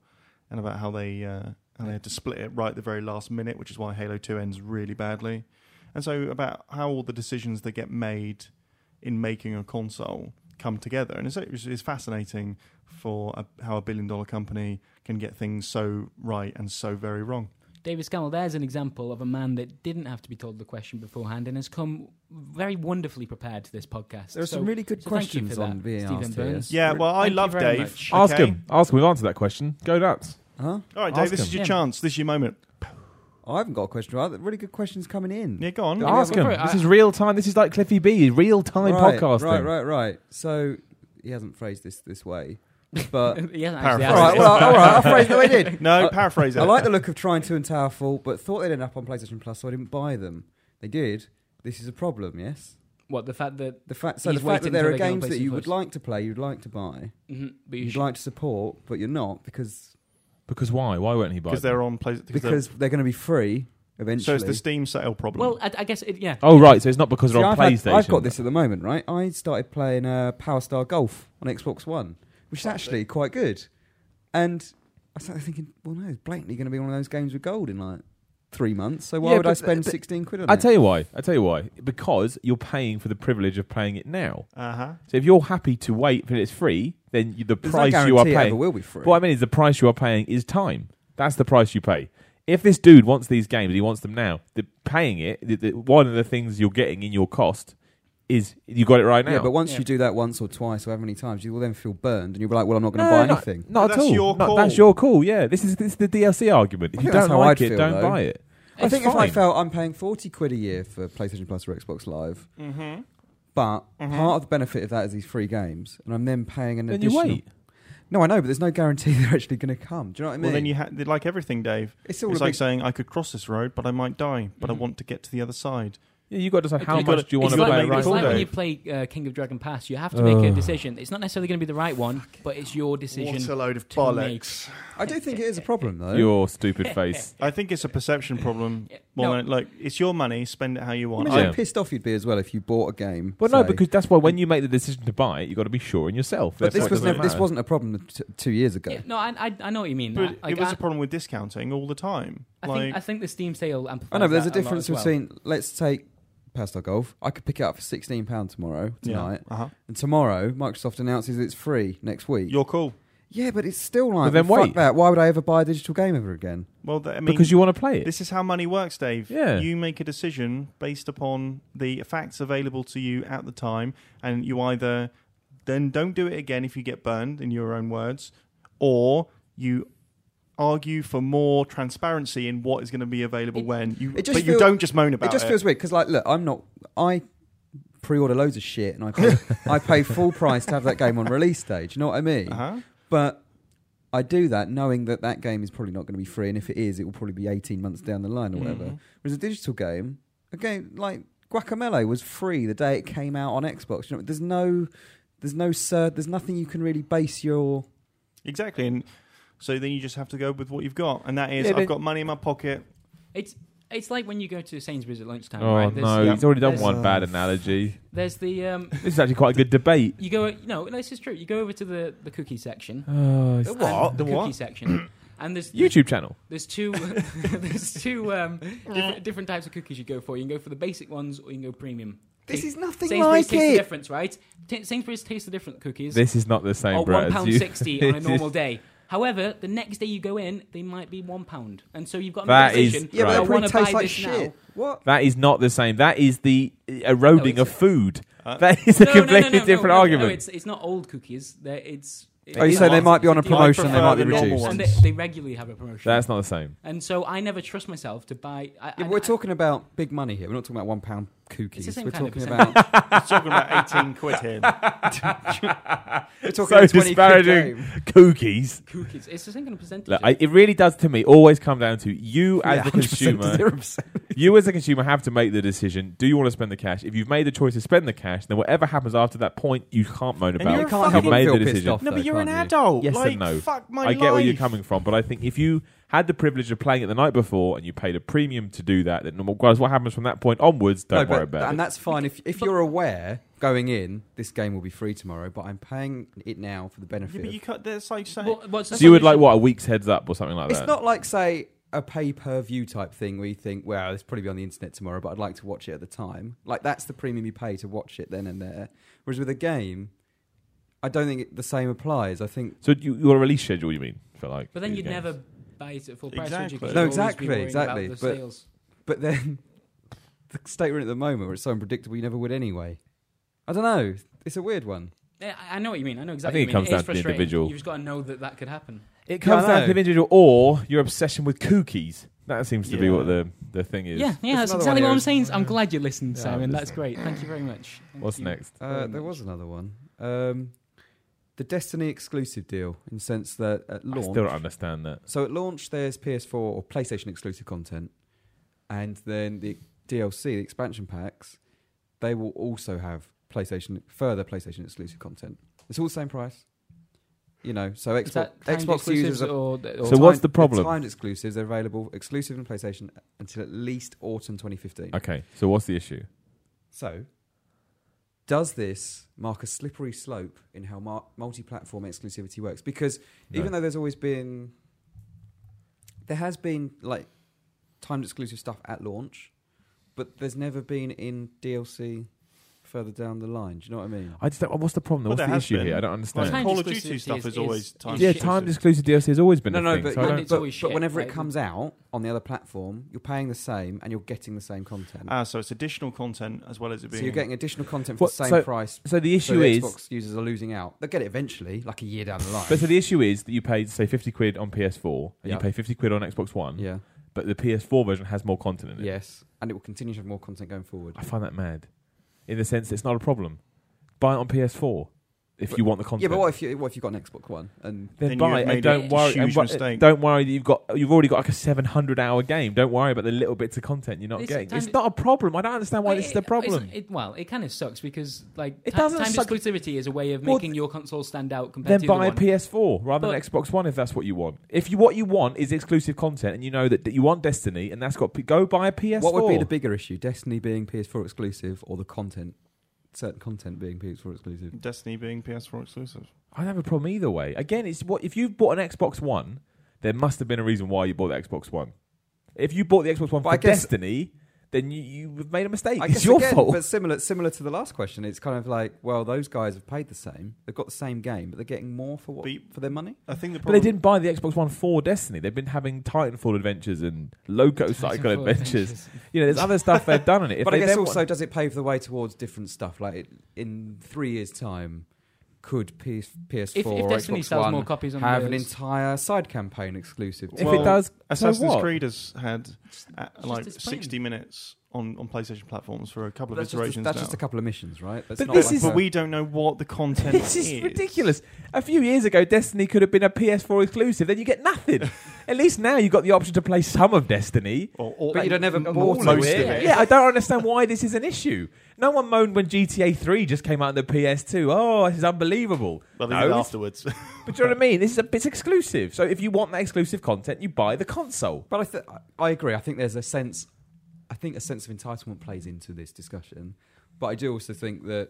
S5: and about how they uh, how they had to split it right at the very last minute, which is why Halo Two ends really badly, and so about how all the decisions that get made in making a console come together, and it's it's, it's fascinating for a, how a billion dollar company can get things so right and so very wrong.
S3: David Scammell, there's an example of a man that didn't have to be told the question beforehand and has come very wonderfully preprepared to this podcast.
S6: There are
S3: So-
S6: some really good
S3: so thank you for
S6: questions
S3: that,
S6: on being
S3: Stephen
S6: asked
S3: Burns.
S6: here.
S5: Yeah, well, I
S3: Thank you
S5: love
S3: very
S5: Dave.
S3: much.
S5: Okay.
S4: Ask him. Ask him. We've answered that question. Go nuts.
S6: Huh?
S5: All right, Dave,
S4: Ask
S5: this is
S4: him.
S5: your
S3: Yeah.
S5: chance. This is your moment.
S6: I haven't got a question. Right? Really good questions coming in.
S5: Yeah, go on.
S3: yeah,
S4: Ask
S3: go
S4: him.
S3: for it.
S4: This
S3: I-
S4: is real time. This is like Cliffy B. Real time
S6: right,
S4: podcasting.
S6: Right, right, right. So he hasn't phrased this this way, but
S3: he hasn't
S5: Paraphrase.
S3: actually
S6: all
S3: asked
S6: right,
S3: it.
S6: well, all right. I'll phrase it the way he did.
S5: No,
S6: Uh,
S5: paraphrase it.
S6: I like the look of Trine 2 and Towerfall, but thought they'd end up on PlayStation Plus, so I didn't buy them. They did. This is a problem, yes?
S3: What, the fact that.
S6: The fact, so
S3: He's
S6: the fact that
S3: waiting
S6: there
S3: until they
S6: are
S3: go on
S6: games that you
S3: PlayStation
S6: would
S3: Plus.
S6: like to play, you'd like to buy,
S3: mhm, but you
S6: you'd
S3: should,
S6: like to support, but you're not because
S4: Because why? Why won't he buy?
S5: because
S4: them?
S5: they're on plays
S6: because they're going to be free
S5: so
S6: eventually.
S5: it's the Steam sale problem.
S3: well, I, I guess, it, yeah.
S4: Oh right, so it's not because
S6: See,
S4: they're on
S6: I've, had-
S4: PlayStation.
S6: I've got this at the moment, right? I started playing uh, Power Star Golf on Xbox One, which is actually quite good. And I started thinking, well, no, it's blatantly going to be one of those games with gold in like three months. So why
S4: Yeah,
S6: would I
S4: but-
S6: spend
S4: but-
S6: 16 quid on
S4: I
S6: it?
S4: tell you why. I tell you why. Because you're paying for the privilege of playing it now.
S5: uh huh.
S4: So if you're happy to wait for it's free, then you, the
S6: Uh-huh. There's no
S4: price
S6: guarantee
S4: you are
S6: it
S4: paying.
S6: ever will be free.
S4: What I mean is the price you are paying is time. That's the price you pay. If this dude wants these games, he wants them now. The paying it, the, the, one of the things you're getting in your cost is you got it right now.
S6: Yeah, but once
S3: Yeah.
S6: you do that once or twice or however many times, you will then feel burned and you'll be like, well, I'm not going
S4: no,
S6: to buy
S4: not-
S6: anything.
S4: Not,
S5: But
S4: at
S5: that's
S4: all.
S5: your
S4: Not-
S5: call.
S4: That's your call. Yeah, this is this is the DLC argument. If you
S6: I think that's
S4: don't
S6: how
S4: like
S6: I'd
S4: it,
S6: feel,
S4: don't
S6: though.
S4: buy it.
S6: I
S4: That's
S6: think if I
S4: fine.
S6: felt I'm paying 40 quid a year for PlayStation Plus or Xbox Live, but part of the benefit of that is these free games, and I'm then paying an
S4: Mm-hmm. then you
S6: additional.
S4: wait.
S6: No, I know, but there's no guarantee they're actually going to come. Do you know what I mean?
S5: Well, then you ha- like everything, Dave.
S6: It's
S5: It's,
S6: all a
S5: like
S6: big-
S3: Mm-hmm.
S5: saying I could cross this road, but I might die. But I want to get to the other side.
S4: Yeah, you got to decide how
S3: You've
S4: much
S5: gotta-
S4: do you want
S3: it's
S4: to
S3: like,
S4: play
S3: when,
S5: right
S3: it's like
S5: now.
S3: when you play uh, King of Dragon Pass, you have to make a decision. It's not necessarily going to be the right one, but it's your decision.
S5: What a load of
S3: to
S5: bollocks.
S6: I do think it is a problem though.
S4: Your stupid face.
S5: I think it's a perception problem.
S3: Yeah,
S5: More
S3: no.
S5: than, like, it's your money, spend it how you want.
S4: Yeah.
S6: Imagine
S5: I-
S6: how pissed off you'd be as well if you bought a game.
S4: But no,
S6: say-
S4: because that's why when you make the decision to buy it, you got to be sure in yourself.
S6: but this
S4: Therefore,
S6: was
S4: it
S6: never,
S4: doesn't
S6: this
S4: matter.
S6: wasn't a problem t- two years ago.
S3: Yeah, no, I, I, I know what you mean.
S5: But
S3: I,
S5: it was
S3: I-
S5: a problem with discounting all the time.
S3: I
S5: like,
S3: think I think the Steam sale amplifies.
S6: I know, but there's a
S3: that lot
S6: difference
S3: as well.
S6: between let's take Pastel Golf. I could pick it up for sixteen pound tomorrow tonight,
S5: Uh-huh.
S6: and tomorrow Microsoft announces it's free next week.
S5: You're cool.
S6: yeah, but it's still like
S4: But then
S6: fuck
S4: wait.
S6: that. Why would I ever buy a digital game ever again?
S5: Well, th- I mean,
S4: because you want to play it.
S5: this is how money works, Dave.
S4: Yeah.
S5: You make a decision based upon the facts available to you at the time, and you either then don't do it again if you get burned, in your own words, or you argue for more transparency in what is going to be available
S3: It-
S5: when you
S6: It
S5: but
S6: just
S5: you
S6: feel-
S5: don't just moan about
S6: it just feels weird because, like, look, I'm not. I pre-order loads of shit, and I pay, I pay full price to have that game on release day. Do you know what I mean?
S5: uh-huh.
S6: But I do that knowing that that game is probably not going to be free, and if it is, it will probably be 18 months down the line or whatever. Whereas a digital game, a game like Guacamole was free the day it came out on Xbox. You know, there's no, there's no, sir, there's nothing you can really base your.
S5: exactly and so then you just have to go with what you've got and that is
S4: Yeah,
S5: i've
S4: but-
S5: got money in my pocket
S3: It's it's like when you go to Sainsbury's at lunchtime,
S4: oh
S3: right? There's,
S4: no,
S5: yeah.
S4: he's already done
S3: there's-
S4: one bad analogy.
S3: there's the um,
S4: This is actually quite a good debate.
S3: you go. No, no, this is true. You go over to the the cookie section.
S4: Oh, it's-
S3: and-
S5: what? The
S3: cookie
S5: what?
S3: section. And there's
S4: YouTube channel.
S3: There's two. there's two um, different, different types of cookies you go for. You can go for the basic ones, or you can go premium.
S6: This
S3: Sa-
S6: is nothing
S3: Sainsbury's
S6: like
S3: tastes the
S6: it.
S3: difference, right? Ta Sainsbury's tastes the different cookies.
S4: This is not the same.
S3: or
S4: Brett,
S3: Oh, one
S4: as
S3: pound
S4: you-
S3: sixty on a
S4: This
S3: normal
S4: is-
S3: day. However, the next day you go in, they might be one pound, and so you've got to
S4: That
S3: make a
S4: is
S3: decision.
S4: Yeah, but
S3: do
S4: that
S3: I
S6: it
S4: Right.
S3: want
S6: probably
S3: to buy
S6: tastes like
S3: this
S6: shit.
S3: now.
S6: What?
S4: That is not the same. That is the eroding
S3: No,
S4: of
S3: it's-
S4: food.
S5: Uh,
S4: that is a
S3: No, no, no,
S4: completely
S3: no, no,
S4: different
S3: no, no,
S4: argument.
S3: it's, it's not old cookies. They're, it's.
S6: Oh, you
S3: it's
S6: say
S3: not-
S6: they might be on a
S3: it's different.
S6: promotion, they
S5: prefer
S6: might be
S5: the normal
S6: reduced.
S5: ones.
S3: And they, they regularly have a promotion.
S4: That's not the same.
S3: and so I never trust myself to buy. I,
S6: Yeah,
S3: I-
S6: we're
S3: I-
S6: talking about big money here. We're not talking about one pound cookies.
S3: same
S6: We're
S3: kind of
S6: talking
S3: percentage.
S6: about
S5: We're talking about 18 quid here
S6: we're talking
S4: So
S6: about 20 quid
S4: disparaging.
S6: game.
S4: Cookies.
S3: cookies. It's the same kind of percentage.
S4: Look, I, it really does to me always come down to you as
S6: Yeah,
S4: the
S6: 100% to
S4: consumer.
S6: 0%.
S4: You as a consumer have to make the decision. Do you want to spend the cash? If you've made the choice to spend the cash, then whatever happens after that point, you can't moan about.
S6: you
S4: it.
S6: can't
S4: You've
S6: help
S4: made
S6: feel
S4: the
S6: pissed
S4: decision.
S6: off.
S5: no
S6: though,
S5: but you're an
S6: can't you?
S5: adult
S4: Yes
S5: like
S4: and no.
S5: fuck my
S4: I get where you're
S5: life.
S4: coming from, but I think if you had the privilege of playing it the night before and you paid a premium to do that, then regardless what happens from that point onwards, don't
S6: No,
S4: worry
S6: but-
S4: about
S6: And
S4: it.
S6: that's fine if if you're aware going in, this game will be free tomorrow, but I'm paying it now for the
S5: Yeah,
S6: benefit.
S5: but you can't. That's like saying.
S3: Well, well, so
S4: So you would like what a week's heads up or something like
S6: of- it's
S4: that.
S6: not like say a pay per view type thing where you think, well, this will probably be on the internet tomorrow, but I'd like to watch it at the time. Like that's the premium you pay to watch it then and there. Whereas with a game, I don't think it, the same applies. I think
S4: so you, your release schedule, you mean? For like,
S3: But then
S4: these
S3: you'd
S4: games.
S3: never buy it at full price. would you?
S5: Exactly.
S3: 'Cause
S5: No,
S3: you'd always be
S6: exactly,
S3: worrying about
S6: exactly,
S3: the
S6: but-
S3: sales.
S6: but then the state we're in at the moment where it's so unpredictable you never would anyway. I don't know. It's a weird one.
S3: Yeah, I I know what you mean. I know exactly.
S4: think it
S3: what you
S4: comes
S3: mean.
S4: down
S3: is
S4: to the
S3: frustrating.
S4: individual.
S3: You've just got to know that that could happen.
S4: It
S6: Yeah, I
S4: comes down to
S6: know.
S4: the individual or your obsession with cookies. That seems to be
S5: Yeah.
S4: what the, the thing is.
S3: Yeah, yeah,
S6: There's
S3: that's
S6: another
S3: exactly what
S6: one here,
S3: I'm
S6: isn't
S3: saying. I'm glad you listened,
S4: Yeah,
S3: Simon.
S4: I'm
S3: That's great. Thank you very much. Thank
S4: What's
S3: you.
S4: next?
S6: Uh,
S3: Very
S6: there
S3: much.
S6: was another one. Um, the Destiny exclusive deal, in the sense that at
S4: I
S6: launch,
S4: still don't understand that.
S6: So at launch, there's PS4 or PlayStation exclusive content, and then the DLC, the expansion packs, they will also have PlayStation further PlayStation exclusive content. It's all the same price, you know. So
S3: Is
S6: Xbox,
S3: that timed
S6: Xbox users
S3: exclusives
S6: are.
S3: or, or
S4: So what's the problem?
S6: Timed exclusives. They're available exclusive on PlayStation until at least autumn 2015.
S4: Okay, so what's the issue?
S6: So, does this mark a slippery slope in how mar- multi-platform exclusivity works? Because
S4: No.
S6: even though there's always been, there has been like timed exclusive stuff at launch, but there's never been in DLC further down the line. Do you know what I mean?
S4: I just don't, what's the problem?
S5: Well,
S4: What's
S5: there
S4: the
S5: has
S4: issue
S5: been.
S4: here? I don't understand.
S5: Well,
S3: Timed
S5: Call of Duty
S3: exclusivity
S5: stuff is always timed
S4: yeah,
S5: shit.
S4: timed exclusive DLC has always been
S6: No,
S4: a
S6: no,
S4: thing.
S6: but,
S4: so I
S6: but-
S4: don't-
S3: it's
S6: but-
S3: always
S6: but
S3: shit,
S6: whenever it
S3: like-
S6: comes out on the other platform, you're paying the same and you're getting the same content.
S5: Ah, so it's additional content as well as it
S6: so
S5: being.
S6: you're getting additional content for
S4: What-
S6: the same
S4: so-
S6: price.
S4: so the
S6: So
S4: issue
S6: the
S4: is,
S6: Xbox users are losing out. They'll get it eventually, like a year down the line.
S4: but so the issue is that you paid say fifty quid on PS4 and
S6: Yeah.
S4: you pay fifty quid on Xbox One,
S6: yeah.
S4: but the PS4 version has more content in it.
S6: Yes, and it will continue to have more content going forward.
S4: I find that mad. In the sense, it's not a problem. Buy it on PS4. if
S6: But-
S4: you want the content.
S6: Yeah, but what if you what if you've got an Xbox One and
S4: then,
S5: Then you
S4: buy
S5: have
S4: it
S5: made
S4: and don't
S5: a
S4: worry. and
S5: huge
S4: wo-
S5: mistake.
S4: Don't worry that you've got you've already got like a seven hundred hour game. Don't worry about the little bits of content you're not
S3: It's
S4: getting.
S3: time
S4: It's
S3: to-
S4: not a problem. I don't understand why
S3: Well,
S4: this is
S3: it-
S4: the problem.
S3: it's- It, well, it kind of sucks because like
S4: It
S3: ti-
S4: doesn't
S3: time
S4: suck.
S3: exclusivity is a way of
S4: Well,
S3: making your console stand out compared
S4: Then
S3: to the
S4: buy a
S3: one.
S4: PS4 rather than
S3: But-
S4: Xbox One if that's what you want. If you what you want is exclusive content and you know that, that you want Destiny and that's got P- go buy a PS4.
S6: what would be the bigger issue? Destiny being PS4 exclusive or the content, certain content being PS4 exclusive?
S5: Destiny being PS4 exclusive.
S4: I don't have a problem either way. Again, it's what if you bought an Xbox One, there must have been a reason why you bought the Xbox One. If you bought the Xbox One
S6: But
S4: for
S6: I guess-
S4: Destiny, then you you've made a mistake.
S6: I
S4: it's
S6: guess
S4: your
S6: again,
S4: fault.
S6: But similar, similar to the last question, it's kind of like, well, those guys have paid the same. They've got the same game, but they're getting more for what
S5: But you-
S6: for their money.
S5: I think the
S4: But they
S5: problem.
S4: didn't buy the Xbox One for Destiny. They've been having Titanfall adventures and Loco Cycle
S3: Titanfall
S4: adventures. You know, there's other stuff they've done in it. If
S6: but I
S4: they
S6: guess
S4: then
S6: also,
S4: want-
S6: does it pave the way towards different stuff? Like it, in three years' time, could PS, PS4
S3: If, if
S6: or
S3: Destiny
S6: Xbox
S3: sells
S6: One
S3: more copies on
S6: have
S3: the
S6: an entire side campaign exclusive? to
S4: if
S5: Well,
S4: it does, so
S5: Assassin's
S4: what?
S5: Creed has had uh,
S3: just
S5: like
S3: its plane.
S5: 60 minutes on, on PlayStation platforms for a couple
S6: That's
S5: of
S6: just,
S5: iterations
S6: that's
S5: now.
S6: just a couple of missions, right? That's
S4: But
S6: not
S4: this
S5: but,
S6: like
S4: is-
S6: a-
S5: but we don't know what the content
S4: This is
S5: is.
S4: ridiculous. A few years ago, Destiny could have been a PS4 exclusive. Then you get nothing. At least now you've got the option to play some of Destiny.
S5: Or, or
S6: But you don't ever
S5: all
S6: bought
S5: of
S6: it.
S5: it.
S4: Yeah, yeah, I don't understand why this is an issue. No one moaned when GTA 3 just came out on the PS2. Oh, this is unbelievable.
S5: Well, they
S4: no,
S5: did
S4: it's-
S5: afterwards.
S4: but do you know what I mean? This is a bit exclusive. So if you want that exclusive content, you buy the console.
S6: But I, th- I agree. I think there's a sense, I think a sense of entitlement plays into this discussion. But I do also think that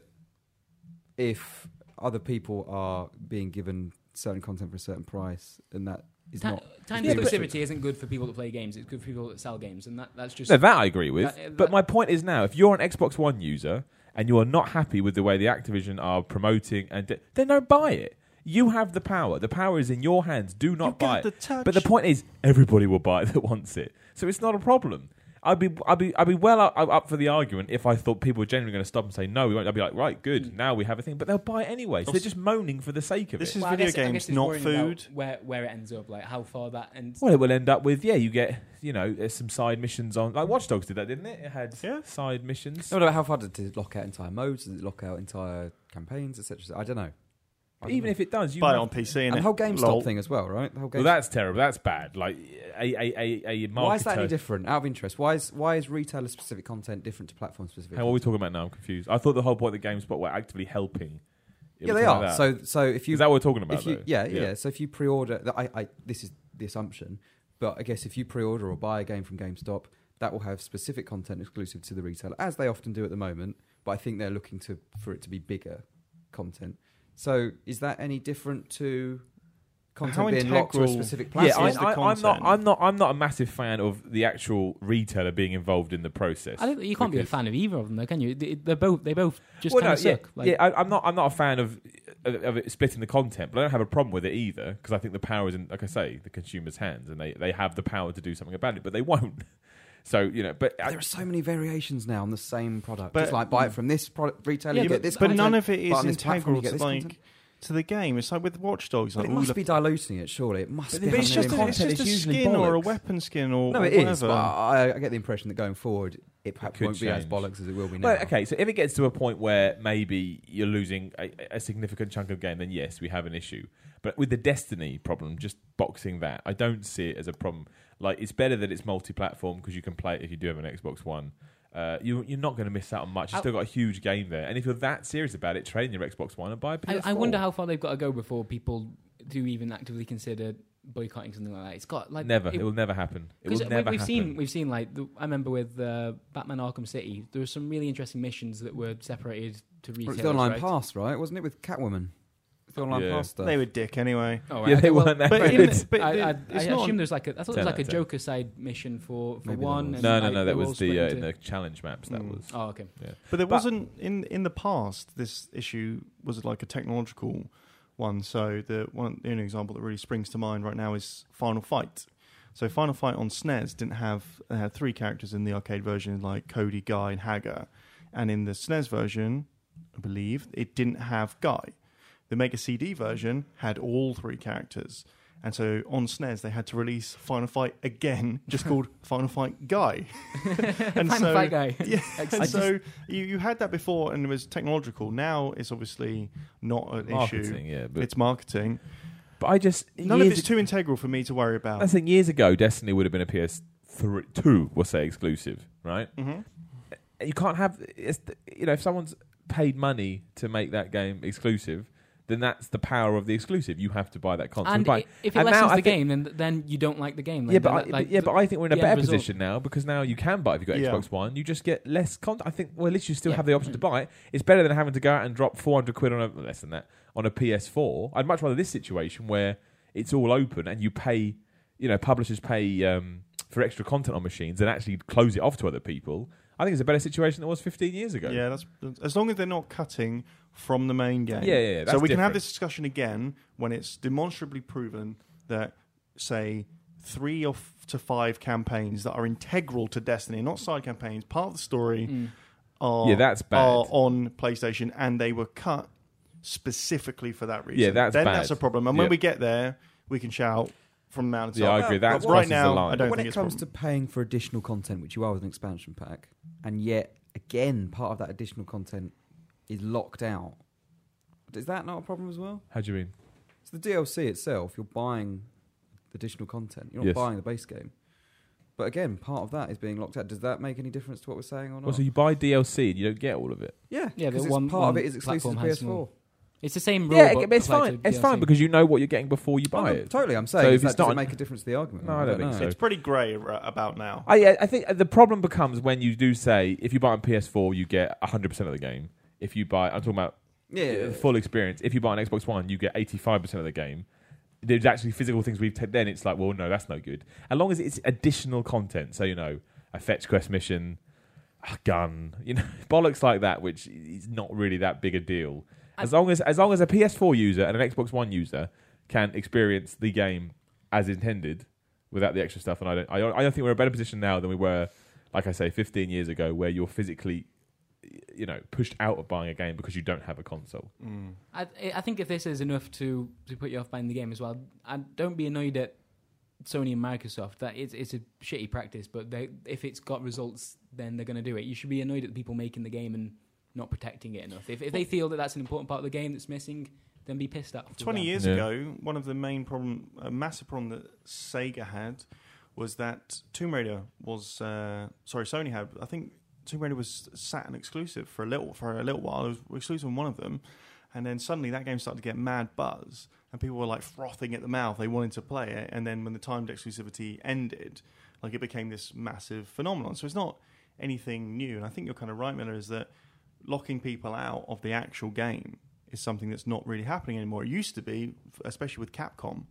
S6: if other people are being given certain content for a certain price, and that is
S3: Ti-
S6: not
S3: time
S6: is being
S3: exclusivity
S6: restricted.
S3: isn't good for people that play games. It's good for people that sell games, and that, that's just
S4: No, that I agree with.
S3: That- uh,
S4: but
S3: that-
S4: my point is now, if you're an Xbox One user and you are not happy with the way the Activision are promoting, and de- then don't buy it. You have the power. The power is in your hands. Do not
S5: You
S4: buy
S5: got
S4: it.
S5: the touch.
S4: But the point is, everybody will buy it that wants it, so it's not a problem. I'd be, I'd be, I'd be well up, up for the argument if I thought people were generally going to stop and say no. We won't. I'd be like, right,
S3: Mm.
S4: good. Now we have a thing, but they'll buy it anyway. So they're just moaning for the sake of
S5: This
S4: it.
S5: is
S3: Well, I
S5: video
S3: guess- I guess
S5: games,
S3: it's
S5: not
S3: worrying about
S5: food.
S3: Where where it ends up, like how far that and
S4: Well, it will end up with yeah. You get you know there's some side missions on like Watch Dogs did that, didn't it? It had
S5: Yeah.
S4: side missions.
S6: No, no, how far did it lock out entire modes? Did it lock out entire campaigns, etc.? I don't know. I
S4: But
S6: don't
S4: even
S6: know.
S4: if it does, you
S5: Buy it
S4: have-
S5: on PC
S6: and
S5: and
S6: the whole GameStop
S5: Lol.
S6: thing as well, right? The whole
S4: Well,
S6: GameStop.
S4: that's terrible. That's bad. Like a a a, a marketer.
S6: why is that any different? Out of interest, why is why is retailer specific content different to platform specific?
S4: How are we talking about now? I'm confused. I thought the whole point of the GameSpot were actively helping. It
S6: yeah,
S4: was
S6: they
S4: like
S6: are.
S4: that.
S6: So so if you
S4: is that what we're talking about?
S6: if you,
S4: though?
S6: yeah, yeah, So if you pre-order, th- I, I, this is the assumption, but I guess if you pre-order or buy a game from GameStop, that will have specific content exclusive to the retailer, as they often do at the moment. But I think they're looking to for it to be bigger content. So is that any different to content
S5: How
S6: being locked to a
S5: integral-
S6: specific
S4: Yeah,
S6: platform?
S4: I,
S5: is the
S4: I, I'm not.
S5: content.
S4: I'm not. I'm not a massive fan of the actual retailer being involved in the process.
S3: I don't, you can't be a
S4: Because-
S3: fan of either of them, though, can you? They, they're both they both just
S4: Well,
S3: kind
S4: no,
S3: of
S4: yeah,
S3: suck. Like,
S4: yeah. I, I'm not. I'm not a fan of of, of it splitting the content, but I don't have a problem with it either because I think the power is in, like I say, the consumer's hands, and they they have the power to do something about it, but they won't. So you know, but I-
S6: there are so many variations now on the same product.
S5: But-
S6: it's like buy it from this product retailer,
S3: Yeah,
S6: you
S5: but
S6: get this.
S5: but
S6: content,
S5: none of it is
S6: buy on this platform,
S5: integral
S6: you get
S5: to,
S6: this
S5: like,
S6: content.
S5: to the game. It's like with Watch Dogs.
S6: But
S5: Like,
S6: it
S5: all
S6: must
S5: the-
S6: be diluting it, surely. It must
S4: But
S6: be.
S4: if
S5: But it's
S6: having
S5: just,
S6: an
S5: a, it's
S6: impact.
S4: content
S5: just a
S4: is usually
S5: skin or a
S4: bollocks.
S5: weapon skin or
S6: No,
S5: or
S6: it is.
S5: whatever.
S6: But I, I get the impression that going forward, it perhaps
S4: could
S6: won't be as
S4: change.
S6: bollocks as it will be now.
S4: Well, okay, so if it gets to a point where maybe you're losing a, a significant chunk of game, then yes, we have an issue. But with the Destiny problem, just boxing that, I don't see it as a problem. Like, it's better that it's multi-platform because you can play it if you do have an Xbox One. Uh, you, you're not going to miss out on much. You've
S3: I-
S4: still got a huge game there, and if you're that serious about it, trade in your Xbox One and buy a PS4.
S3: I, I wonder how far they've got to go before people do even actively consider boycotting something like that. It's got like
S4: never. It,
S3: it-
S4: will never happen. It will
S3: Because
S4: never
S3: we've
S4: happen.
S3: seen we've seen like the, I remember with uh, Batman Arkham City, there were some really interesting missions that were separated to
S6: Well,
S3: retailers.
S6: it's the online
S3: right?
S6: pass, right? Wasn't it with Catwoman? It's the online
S4: Yeah.
S6: pass stuff.
S5: They were dick anyway.
S3: Oh,
S4: yeah, they
S3: well,
S4: weren't that
S5: But,
S4: good.
S5: in, but
S3: I, I, I
S5: it's not
S3: assume there's like a I thought
S4: Ten
S3: there was like
S4: out
S3: a
S4: of ten.
S3: Joker side mission for, for
S6: Maybe there
S3: one. and
S6: was.
S4: no, no,
S3: like,
S4: no.
S3: they
S4: That
S3: were all
S4: was the
S3: split
S4: uh,
S3: into-
S4: in the challenge maps. That
S5: Mm.
S4: was.
S3: Oh, okay.
S5: But there
S4: But-
S5: wasn't in in the past. This issue was like a technological one. So the one the only example that really springs to mind right now is Final Fight. So Final Fight on SNES didn't have they had three characters in the arcade version, like Cody, Guy, and Hagar, and in the SNES version, I believe it didn't have Guy. The Mega CD version had all three characters, And so on SNES, they had to release Final Fight again, just called Final Fight Guy. and
S3: Final
S5: so,
S3: Fight Guy.
S5: Yeah, and
S3: Excellent.
S5: so you, you had that before and it was technological. Now it's obviously not an
S4: Marketing,
S5: issue.
S4: yeah, but,
S5: It's marketing.
S4: but I just
S5: None of
S4: years
S5: it's too integral for me to worry about.
S4: I think years ago, Destiny would have been a PS3, two, we'll say exclusive, right?
S5: Mhm.
S4: You can't have, it's, you know, if someone's paid money to make that game exclusive, then that's the power of the exclusive. You have to buy that console.
S3: And
S4: buy.
S3: i- if it
S4: And now
S3: lessens
S4: I
S3: the
S4: think-
S3: game, then then you don't like the game. Like,
S4: yeah, but,
S3: then
S4: I,
S3: that- like,
S4: but yeah, but I think we're in a
S3: the
S4: better
S3: end result.
S4: position now because now you can buy it if you've got
S5: Yeah.
S4: Xbox One. You just get less content. I think. Well, at least you still
S3: Yeah.
S4: have the option to buy it. It's better than having to go out and drop four hundred quid on a less than that on a PS4. I'd much rather this situation where it's all open and you pay. You know, publishers pay um, for extra content on machines and actually close it off to other people. I think it's a better situation than it was fifteen years ago.
S5: Yeah, that's as long as they're not cutting from the main game.
S4: Yeah, yeah, yeah,
S5: so
S4: that's
S5: we can have
S4: different.
S5: this discussion again when it's demonstrably proven that, say, three or f- to five campaigns that are integral to Destiny, not side campaigns, part of the story, are
S4: Yeah, that's bad.
S5: are on PlayStation and they were cut specifically for that reason.
S4: Yeah, that's
S5: then
S4: bad.
S5: that's a problem. And when
S4: Yeah.
S5: we get there, we can shout from the mountaintop.
S4: Yeah, I agree. That's
S5: But right
S4: crosses the
S5: now,
S4: line.
S5: I don't
S6: when
S5: think
S6: it
S5: it's a
S6: comes
S5: problem.
S6: to paying for additional content, which you are with an expansion pack, and yet again part of that additional content is locked out. Is that not a problem as well?
S4: How do you mean?
S6: So the DLC itself, you're buying additional content. You're not
S4: Yes.
S6: buying the base game. But again, part of that is being locked out. Does that make any difference to what we're saying or not?
S4: Well, so you buy DLC and you don't get all of it.
S6: yeah,
S3: Yeah,
S6: because
S3: but
S6: it's-
S3: one-
S6: part of
S3: one
S6: it is exclusive to
S3: platform has
S6: PS4.
S3: more. It's the same rule.
S4: Yeah,
S3: but
S4: it- it's
S3: applied
S4: fine.
S3: to
S4: It's
S3: DLC.
S4: fine because you know what you're getting before you
S6: Oh,
S4: buy
S6: no,
S4: it.
S6: Totally, I'm
S4: So
S6: saying
S4: if
S6: is that
S4: it's
S6: doesn't
S4: not-
S6: make a difference to the argument.
S4: No, I don't think so.
S5: It's pretty grey ra- about now.
S4: I, yeah, I think the problem becomes when you do say if you buy on PS4, you get 100% of the game. If you buy, I'm talking about
S6: Yeah,
S4: the uh, full experience. If you buy an Xbox One, you get 85% of the game. There's actually physical things we've taken. Then it's like, well, no, that's no good. As long as it's additional content, so you know, a fetch quest mission, a gun, you know, bollocks like that, which is not really that big a deal. As long as as long as a PS4 user and an Xbox One user can experience the game as intended without the extra stuff, and I don't, I don't, I don't think we're in a better position now than we were, like I say, 15 years ago, where you're physically, you know, pushed out of buying a game because you don't have a console.
S5: Mm.
S3: I, I think if this is enough to, to put you off buying the game as well, and don't be annoyed at Sony and Microsoft. That it's, it's a shitty practice, but they, if it's got results, then they're going to do it. You should be annoyed at the people making the game and not protecting it enough. If, if they feel that that's an important part of the game that's missing, then be pissed off. with
S5: 20
S3: them.
S5: years
S4: Yeah.
S5: ago, one of the main problem, a massive problem that Sega had was that Tomb Raider was, uh, sorry, Sony had. I think Tomb Raider was Saturn exclusive for a little for a little while. It was exclusive on one of them, and then suddenly that game started to get mad buzz, and people were like frothing at the mouth. They wanted to play it, and then when the timed exclusivity ended, like it became this massive phenomenon. So it's not anything new, and I think you're kind of right, Miller, is that locking people out of the actual game is something that's not really happening anymore. It used to be, f- especially with Capcom,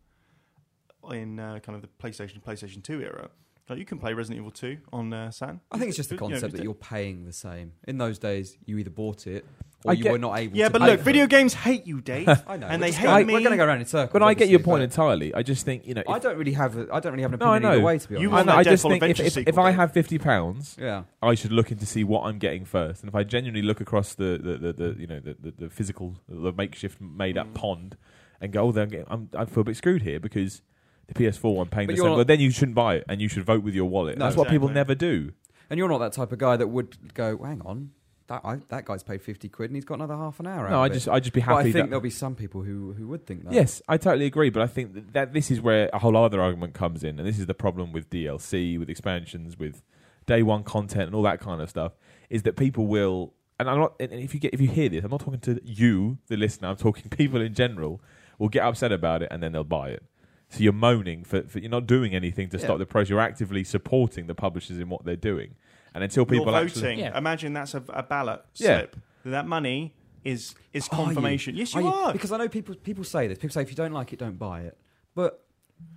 S5: in uh, kind of the PlayStation, PlayStation Two era. Like you can play Resident Evil Two on uh, Saturn.
S6: I think it's just the
S5: You know,
S6: concept that you're paying the same. In those days, you either bought it or
S4: I
S6: you
S4: get-
S6: were not able
S5: Yeah,
S6: to
S5: but
S6: pay
S5: look,
S6: for
S5: video
S6: it.
S5: games hate you, Dave.
S6: I know.
S5: and
S6: we're
S5: they
S6: just
S5: hate
S6: going-
S5: me.
S6: We're going to go around in circles.
S4: But I get your
S6: obviously,
S4: point
S6: but
S4: entirely. I just think you know. If,
S6: I don't really have. A, I don't really have an
S4: No, I
S6: opinion either
S4: know.
S6: way. To be honest,
S5: You
S4: I,
S5: want
S4: know,
S5: that
S4: I just
S5: Deadfall
S4: think if,
S5: Adventure
S4: if, if
S5: sequel,
S4: I
S5: don't
S4: have fifty pounds,
S6: yeah.
S4: I should look into see what I'm getting first. And if I genuinely look across the, the, the, the you know the, the, the physical the makeshift made up pond and go, oh, then I'm, getting, I'm I feel a bit screwed here because the PS4 one paying the
S6: But you're
S4: same.
S6: not-
S4: But then you shouldn't buy it and you should vote with your wallet.
S6: No.
S4: That's what people never
S5: Exactly.
S4: do.
S6: And you're not that type of guy that would go, hang on, that I, that guy's paid fifty quid and he's got another half an hour. out
S4: No, I
S6: of it."
S4: just I just be happy.
S6: But I think
S4: that-
S6: there'll be some people who who would think that.
S4: Yes, I totally agree, but I think that, that this is where a whole other argument comes in, and this is the problem with DLC, with expansions, with day one content, and all that kind of stuff, is that people will. And I'm not. And and if you get if you hear this, I'm not talking to you, the listener. I'm talking people in general will get upset about it, and then they'll buy it. So you're moaning for, for you're not doing anything to
S6: Yeah.
S4: stop the process. You're actively supporting the publishers in what they're doing, and until
S5: You're
S4: people actually
S5: voting.
S3: Yeah.
S5: Imagine that's a, a ballot
S4: Yeah.
S5: slip. That money is is
S6: Are you?
S5: confirmation. Yes, you are.
S6: Because I know people people say this. People say if you don't like it, don't buy it. But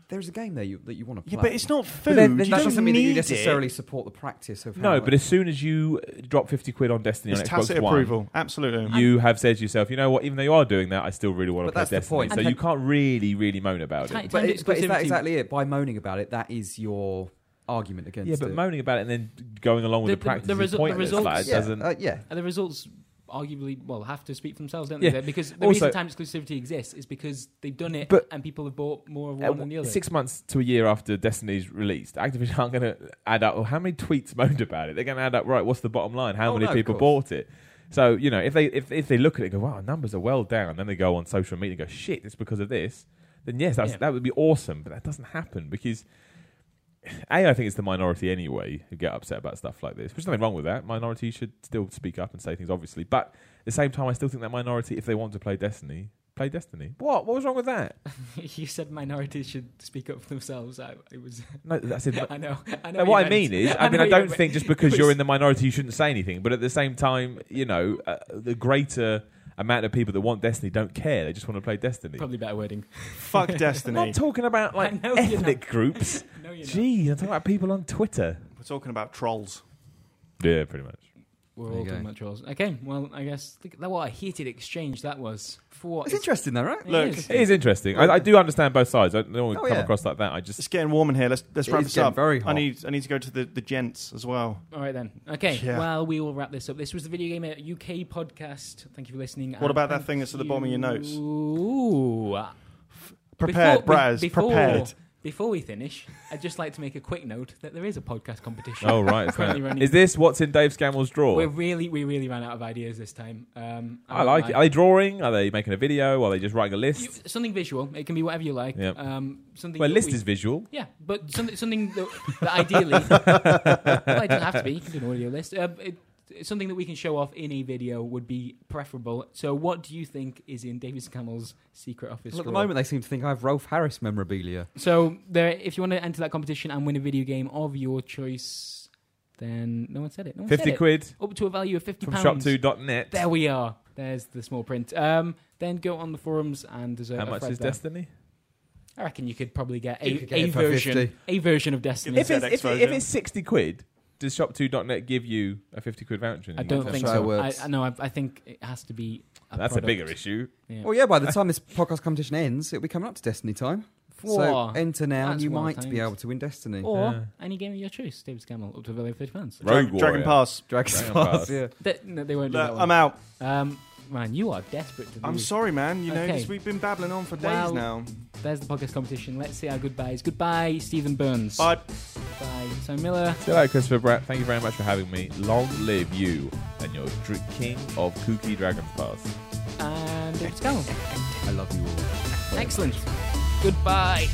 S6: there's a game there you, that you want to play.
S5: yeah, but it's not
S6: But
S5: food.
S6: then- then
S5: you
S6: that
S5: don't
S6: doesn't mean that you
S5: need
S6: necessarily
S5: it.
S6: support the practice of. how
S4: no.
S6: it-
S4: But as soon as you uh, drop fifty quid on Destiny
S5: It's
S4: on Xbox
S5: tacit
S4: One,
S5: approval. Absolutely.
S4: you have said to yourself, you know what, even though you are doing that, I still really want to
S6: But
S4: play
S6: that's the
S4: Destiny.
S6: point.
S4: So
S3: And
S4: you can't really, really moan about
S3: Tight-
S4: it.
S6: but,
S3: Timed
S6: it- but is that
S3: exclusivity.
S6: exactly it? By moaning about it, that is your argument against.
S4: Yeah, but
S6: it.
S4: moaning about it and then going along with
S3: The-
S4: the,
S3: the-
S4: practice
S3: the
S4: is
S3: resu- the
S4: pointless.
S3: results-
S4: like, it
S6: yeah,
S4: doesn't.
S6: uh, yeah.
S3: And the results arguably well have to speak for themselves, don't
S4: Yeah.
S3: they? Because the
S4: Also-
S3: reason time exclusivity exists is because they've done it,
S4: But-
S3: and people have bought more of
S4: Uh,
S3: one than the other.
S4: Six months to a year after Destiny's released, Activision aren't going to add up. Well, how many tweets moaned about it? They're going to add up. Right, what's the bottom line? How
S6: Oh,
S4: many
S6: no, of
S4: people
S6: course.
S4: bought it? So you know, if they if, if they look at it, and go, wow, our numbers are well down. Then they go on social media and go, shit, it's because of this. Then yes, that's,
S3: Yeah.
S4: that would be awesome. But that doesn't happen because a I think it's the minority anyway who get upset about stuff like this. There's nothing wrong with that. Minority should still speak up and say things, obviously. But at the same time, I still think that minority, if they want to play Destiny, play Destiny. What? What was wrong with that?
S3: you said minorities should speak up for themselves. I, it was.
S4: No, that's it.
S3: I know. I know
S4: No, what
S3: you
S4: I
S3: meant.
S4: mean is, I mean,
S3: know
S4: I
S3: you
S4: don't
S3: meant.
S4: think just
S3: It
S4: because
S3: was-
S4: you're in the minority, you shouldn't say anything. But at the same time, you know, uh, the greater amount of people that want Destiny don't care. They just want to play Destiny.
S3: probably better wording.
S5: Fuck
S4: I'm
S5: Destiny.
S4: not talking about like
S3: I know you're
S4: ethnic groups.
S3: No, you're not.
S4: Gee, I'm talking about people on Twitter.
S5: We're talking about trolls.
S4: Yeah, pretty much.
S3: We're
S6: There you
S3: all
S6: go.
S3: talking about trolls. Okay, well, I guess look, that what a heated exchange that was. For what
S6: It's interesting, though, right?
S3: It
S5: Look,
S3: is.
S4: It is interesting. I, I do understand both sides. I don't want to
S6: Oh,
S4: come
S6: yeah.
S4: across like that. I just
S5: It's getting warm in here. Let's let's
S6: It
S5: wrap
S6: is
S5: this
S6: getting
S5: up.
S6: very
S5: I
S6: hot.
S5: need I need to go to the, the gents as well.
S3: All right then. Okay.
S5: Yeah.
S3: Well, we will wrap this up. This was the Video Gamer UK podcast. Thank you for listening.
S5: What about that thing that's at the bottom of your notes?
S3: Ooh.
S5: Prepared,
S3: Before-
S5: Braz.
S3: before-
S5: Prepared.
S3: Before we finish, I'd just like to make a quick note that there is a podcast competition.
S4: oh right, it's
S3: Currently
S4: that.
S3: running.
S4: is this what's in Dave Scammell's drawer?
S3: We're really, we really ran out of ideas this time. Um,
S4: I like it. Are they drawing? Are they making a video? Are they just writing a
S3: You-
S4: list?
S3: something visual. It can be whatever you like.
S4: Yep.
S3: Um, something.
S4: Well,
S3: that
S4: list
S3: we-
S4: is visual.
S3: Yeah, but something, something that, that ideally, well, it doesn't have to be. You can do an audio list. Uh, it, it's something that we can show off in a video would be preferable. So, what do you think is in David Camel's secret office?
S6: Well, at the
S3: drawer?
S6: moment, they seem to think I have Rolf Harris memorabilia.
S3: so there. If you want to enter that competition and win a video game of your choice, then no one said it. No one said
S4: Fifty
S3: it.
S4: quid
S3: up to a value of fifty
S4: from
S3: pounds.
S4: Shop2.net.
S3: There we are. There's the small print. Um, then go on the forums and deserve
S4: How
S3: a
S4: much
S3: thread
S4: is
S3: there.
S4: Destiny?
S3: I reckon you could probably get
S6: You
S3: a,
S6: could get
S3: a
S6: it for
S3: version,
S6: 50.
S3: a version of Destiny.
S4: if it's,
S5: ZX
S4: if, it- if
S5: version.
S4: it's 60 quid, does shop2.net give you a 50 quid voucher?
S3: I don't
S6: That's
S3: think
S6: how it
S3: so. I,
S6: works.
S3: I no, I, I think it has to be. A
S4: That's a
S3: product.
S4: bigger issue.
S3: Yeah.
S6: Well, yeah, by the time this podcast competition ends, it'll be coming up to Destiny time. So
S3: Whoa.
S6: enter now, and
S3: That's
S6: you
S3: well
S6: might be
S3: timed.
S6: able to win Destiny.
S3: or
S4: Yeah.
S3: any game of your choice, David Scammell, up to a value of fifty pounds.
S4: Rogue
S5: Dragon, Dragon
S4: Warrior.
S5: Pass.
S6: Dragon's
S4: Dragon
S6: Pass,
S4: Pass.
S6: yeah.
S3: They, no, they won't do
S5: Look,
S3: that
S5: I'm
S3: one.
S5: out.
S3: Um, man, you are desperate to.
S5: I'm
S3: lose.
S5: sorry, man. You know,
S3: Mm. Okay.
S5: 'cause we've been babbling on for days
S3: Well-
S5: now.
S3: There's the podcast competition. Let's say our goodbyes. Goodbye, Stephen Burns.
S5: Bye.
S3: Bye, Sam Miller.
S4: So, hello, Christopher Bratt. Thank you very much for having me. Long live you and your dr- king of kooky Dragon's Pass.
S3: and David Scammell.
S6: I love you all.
S3: Excellent. Goodbye.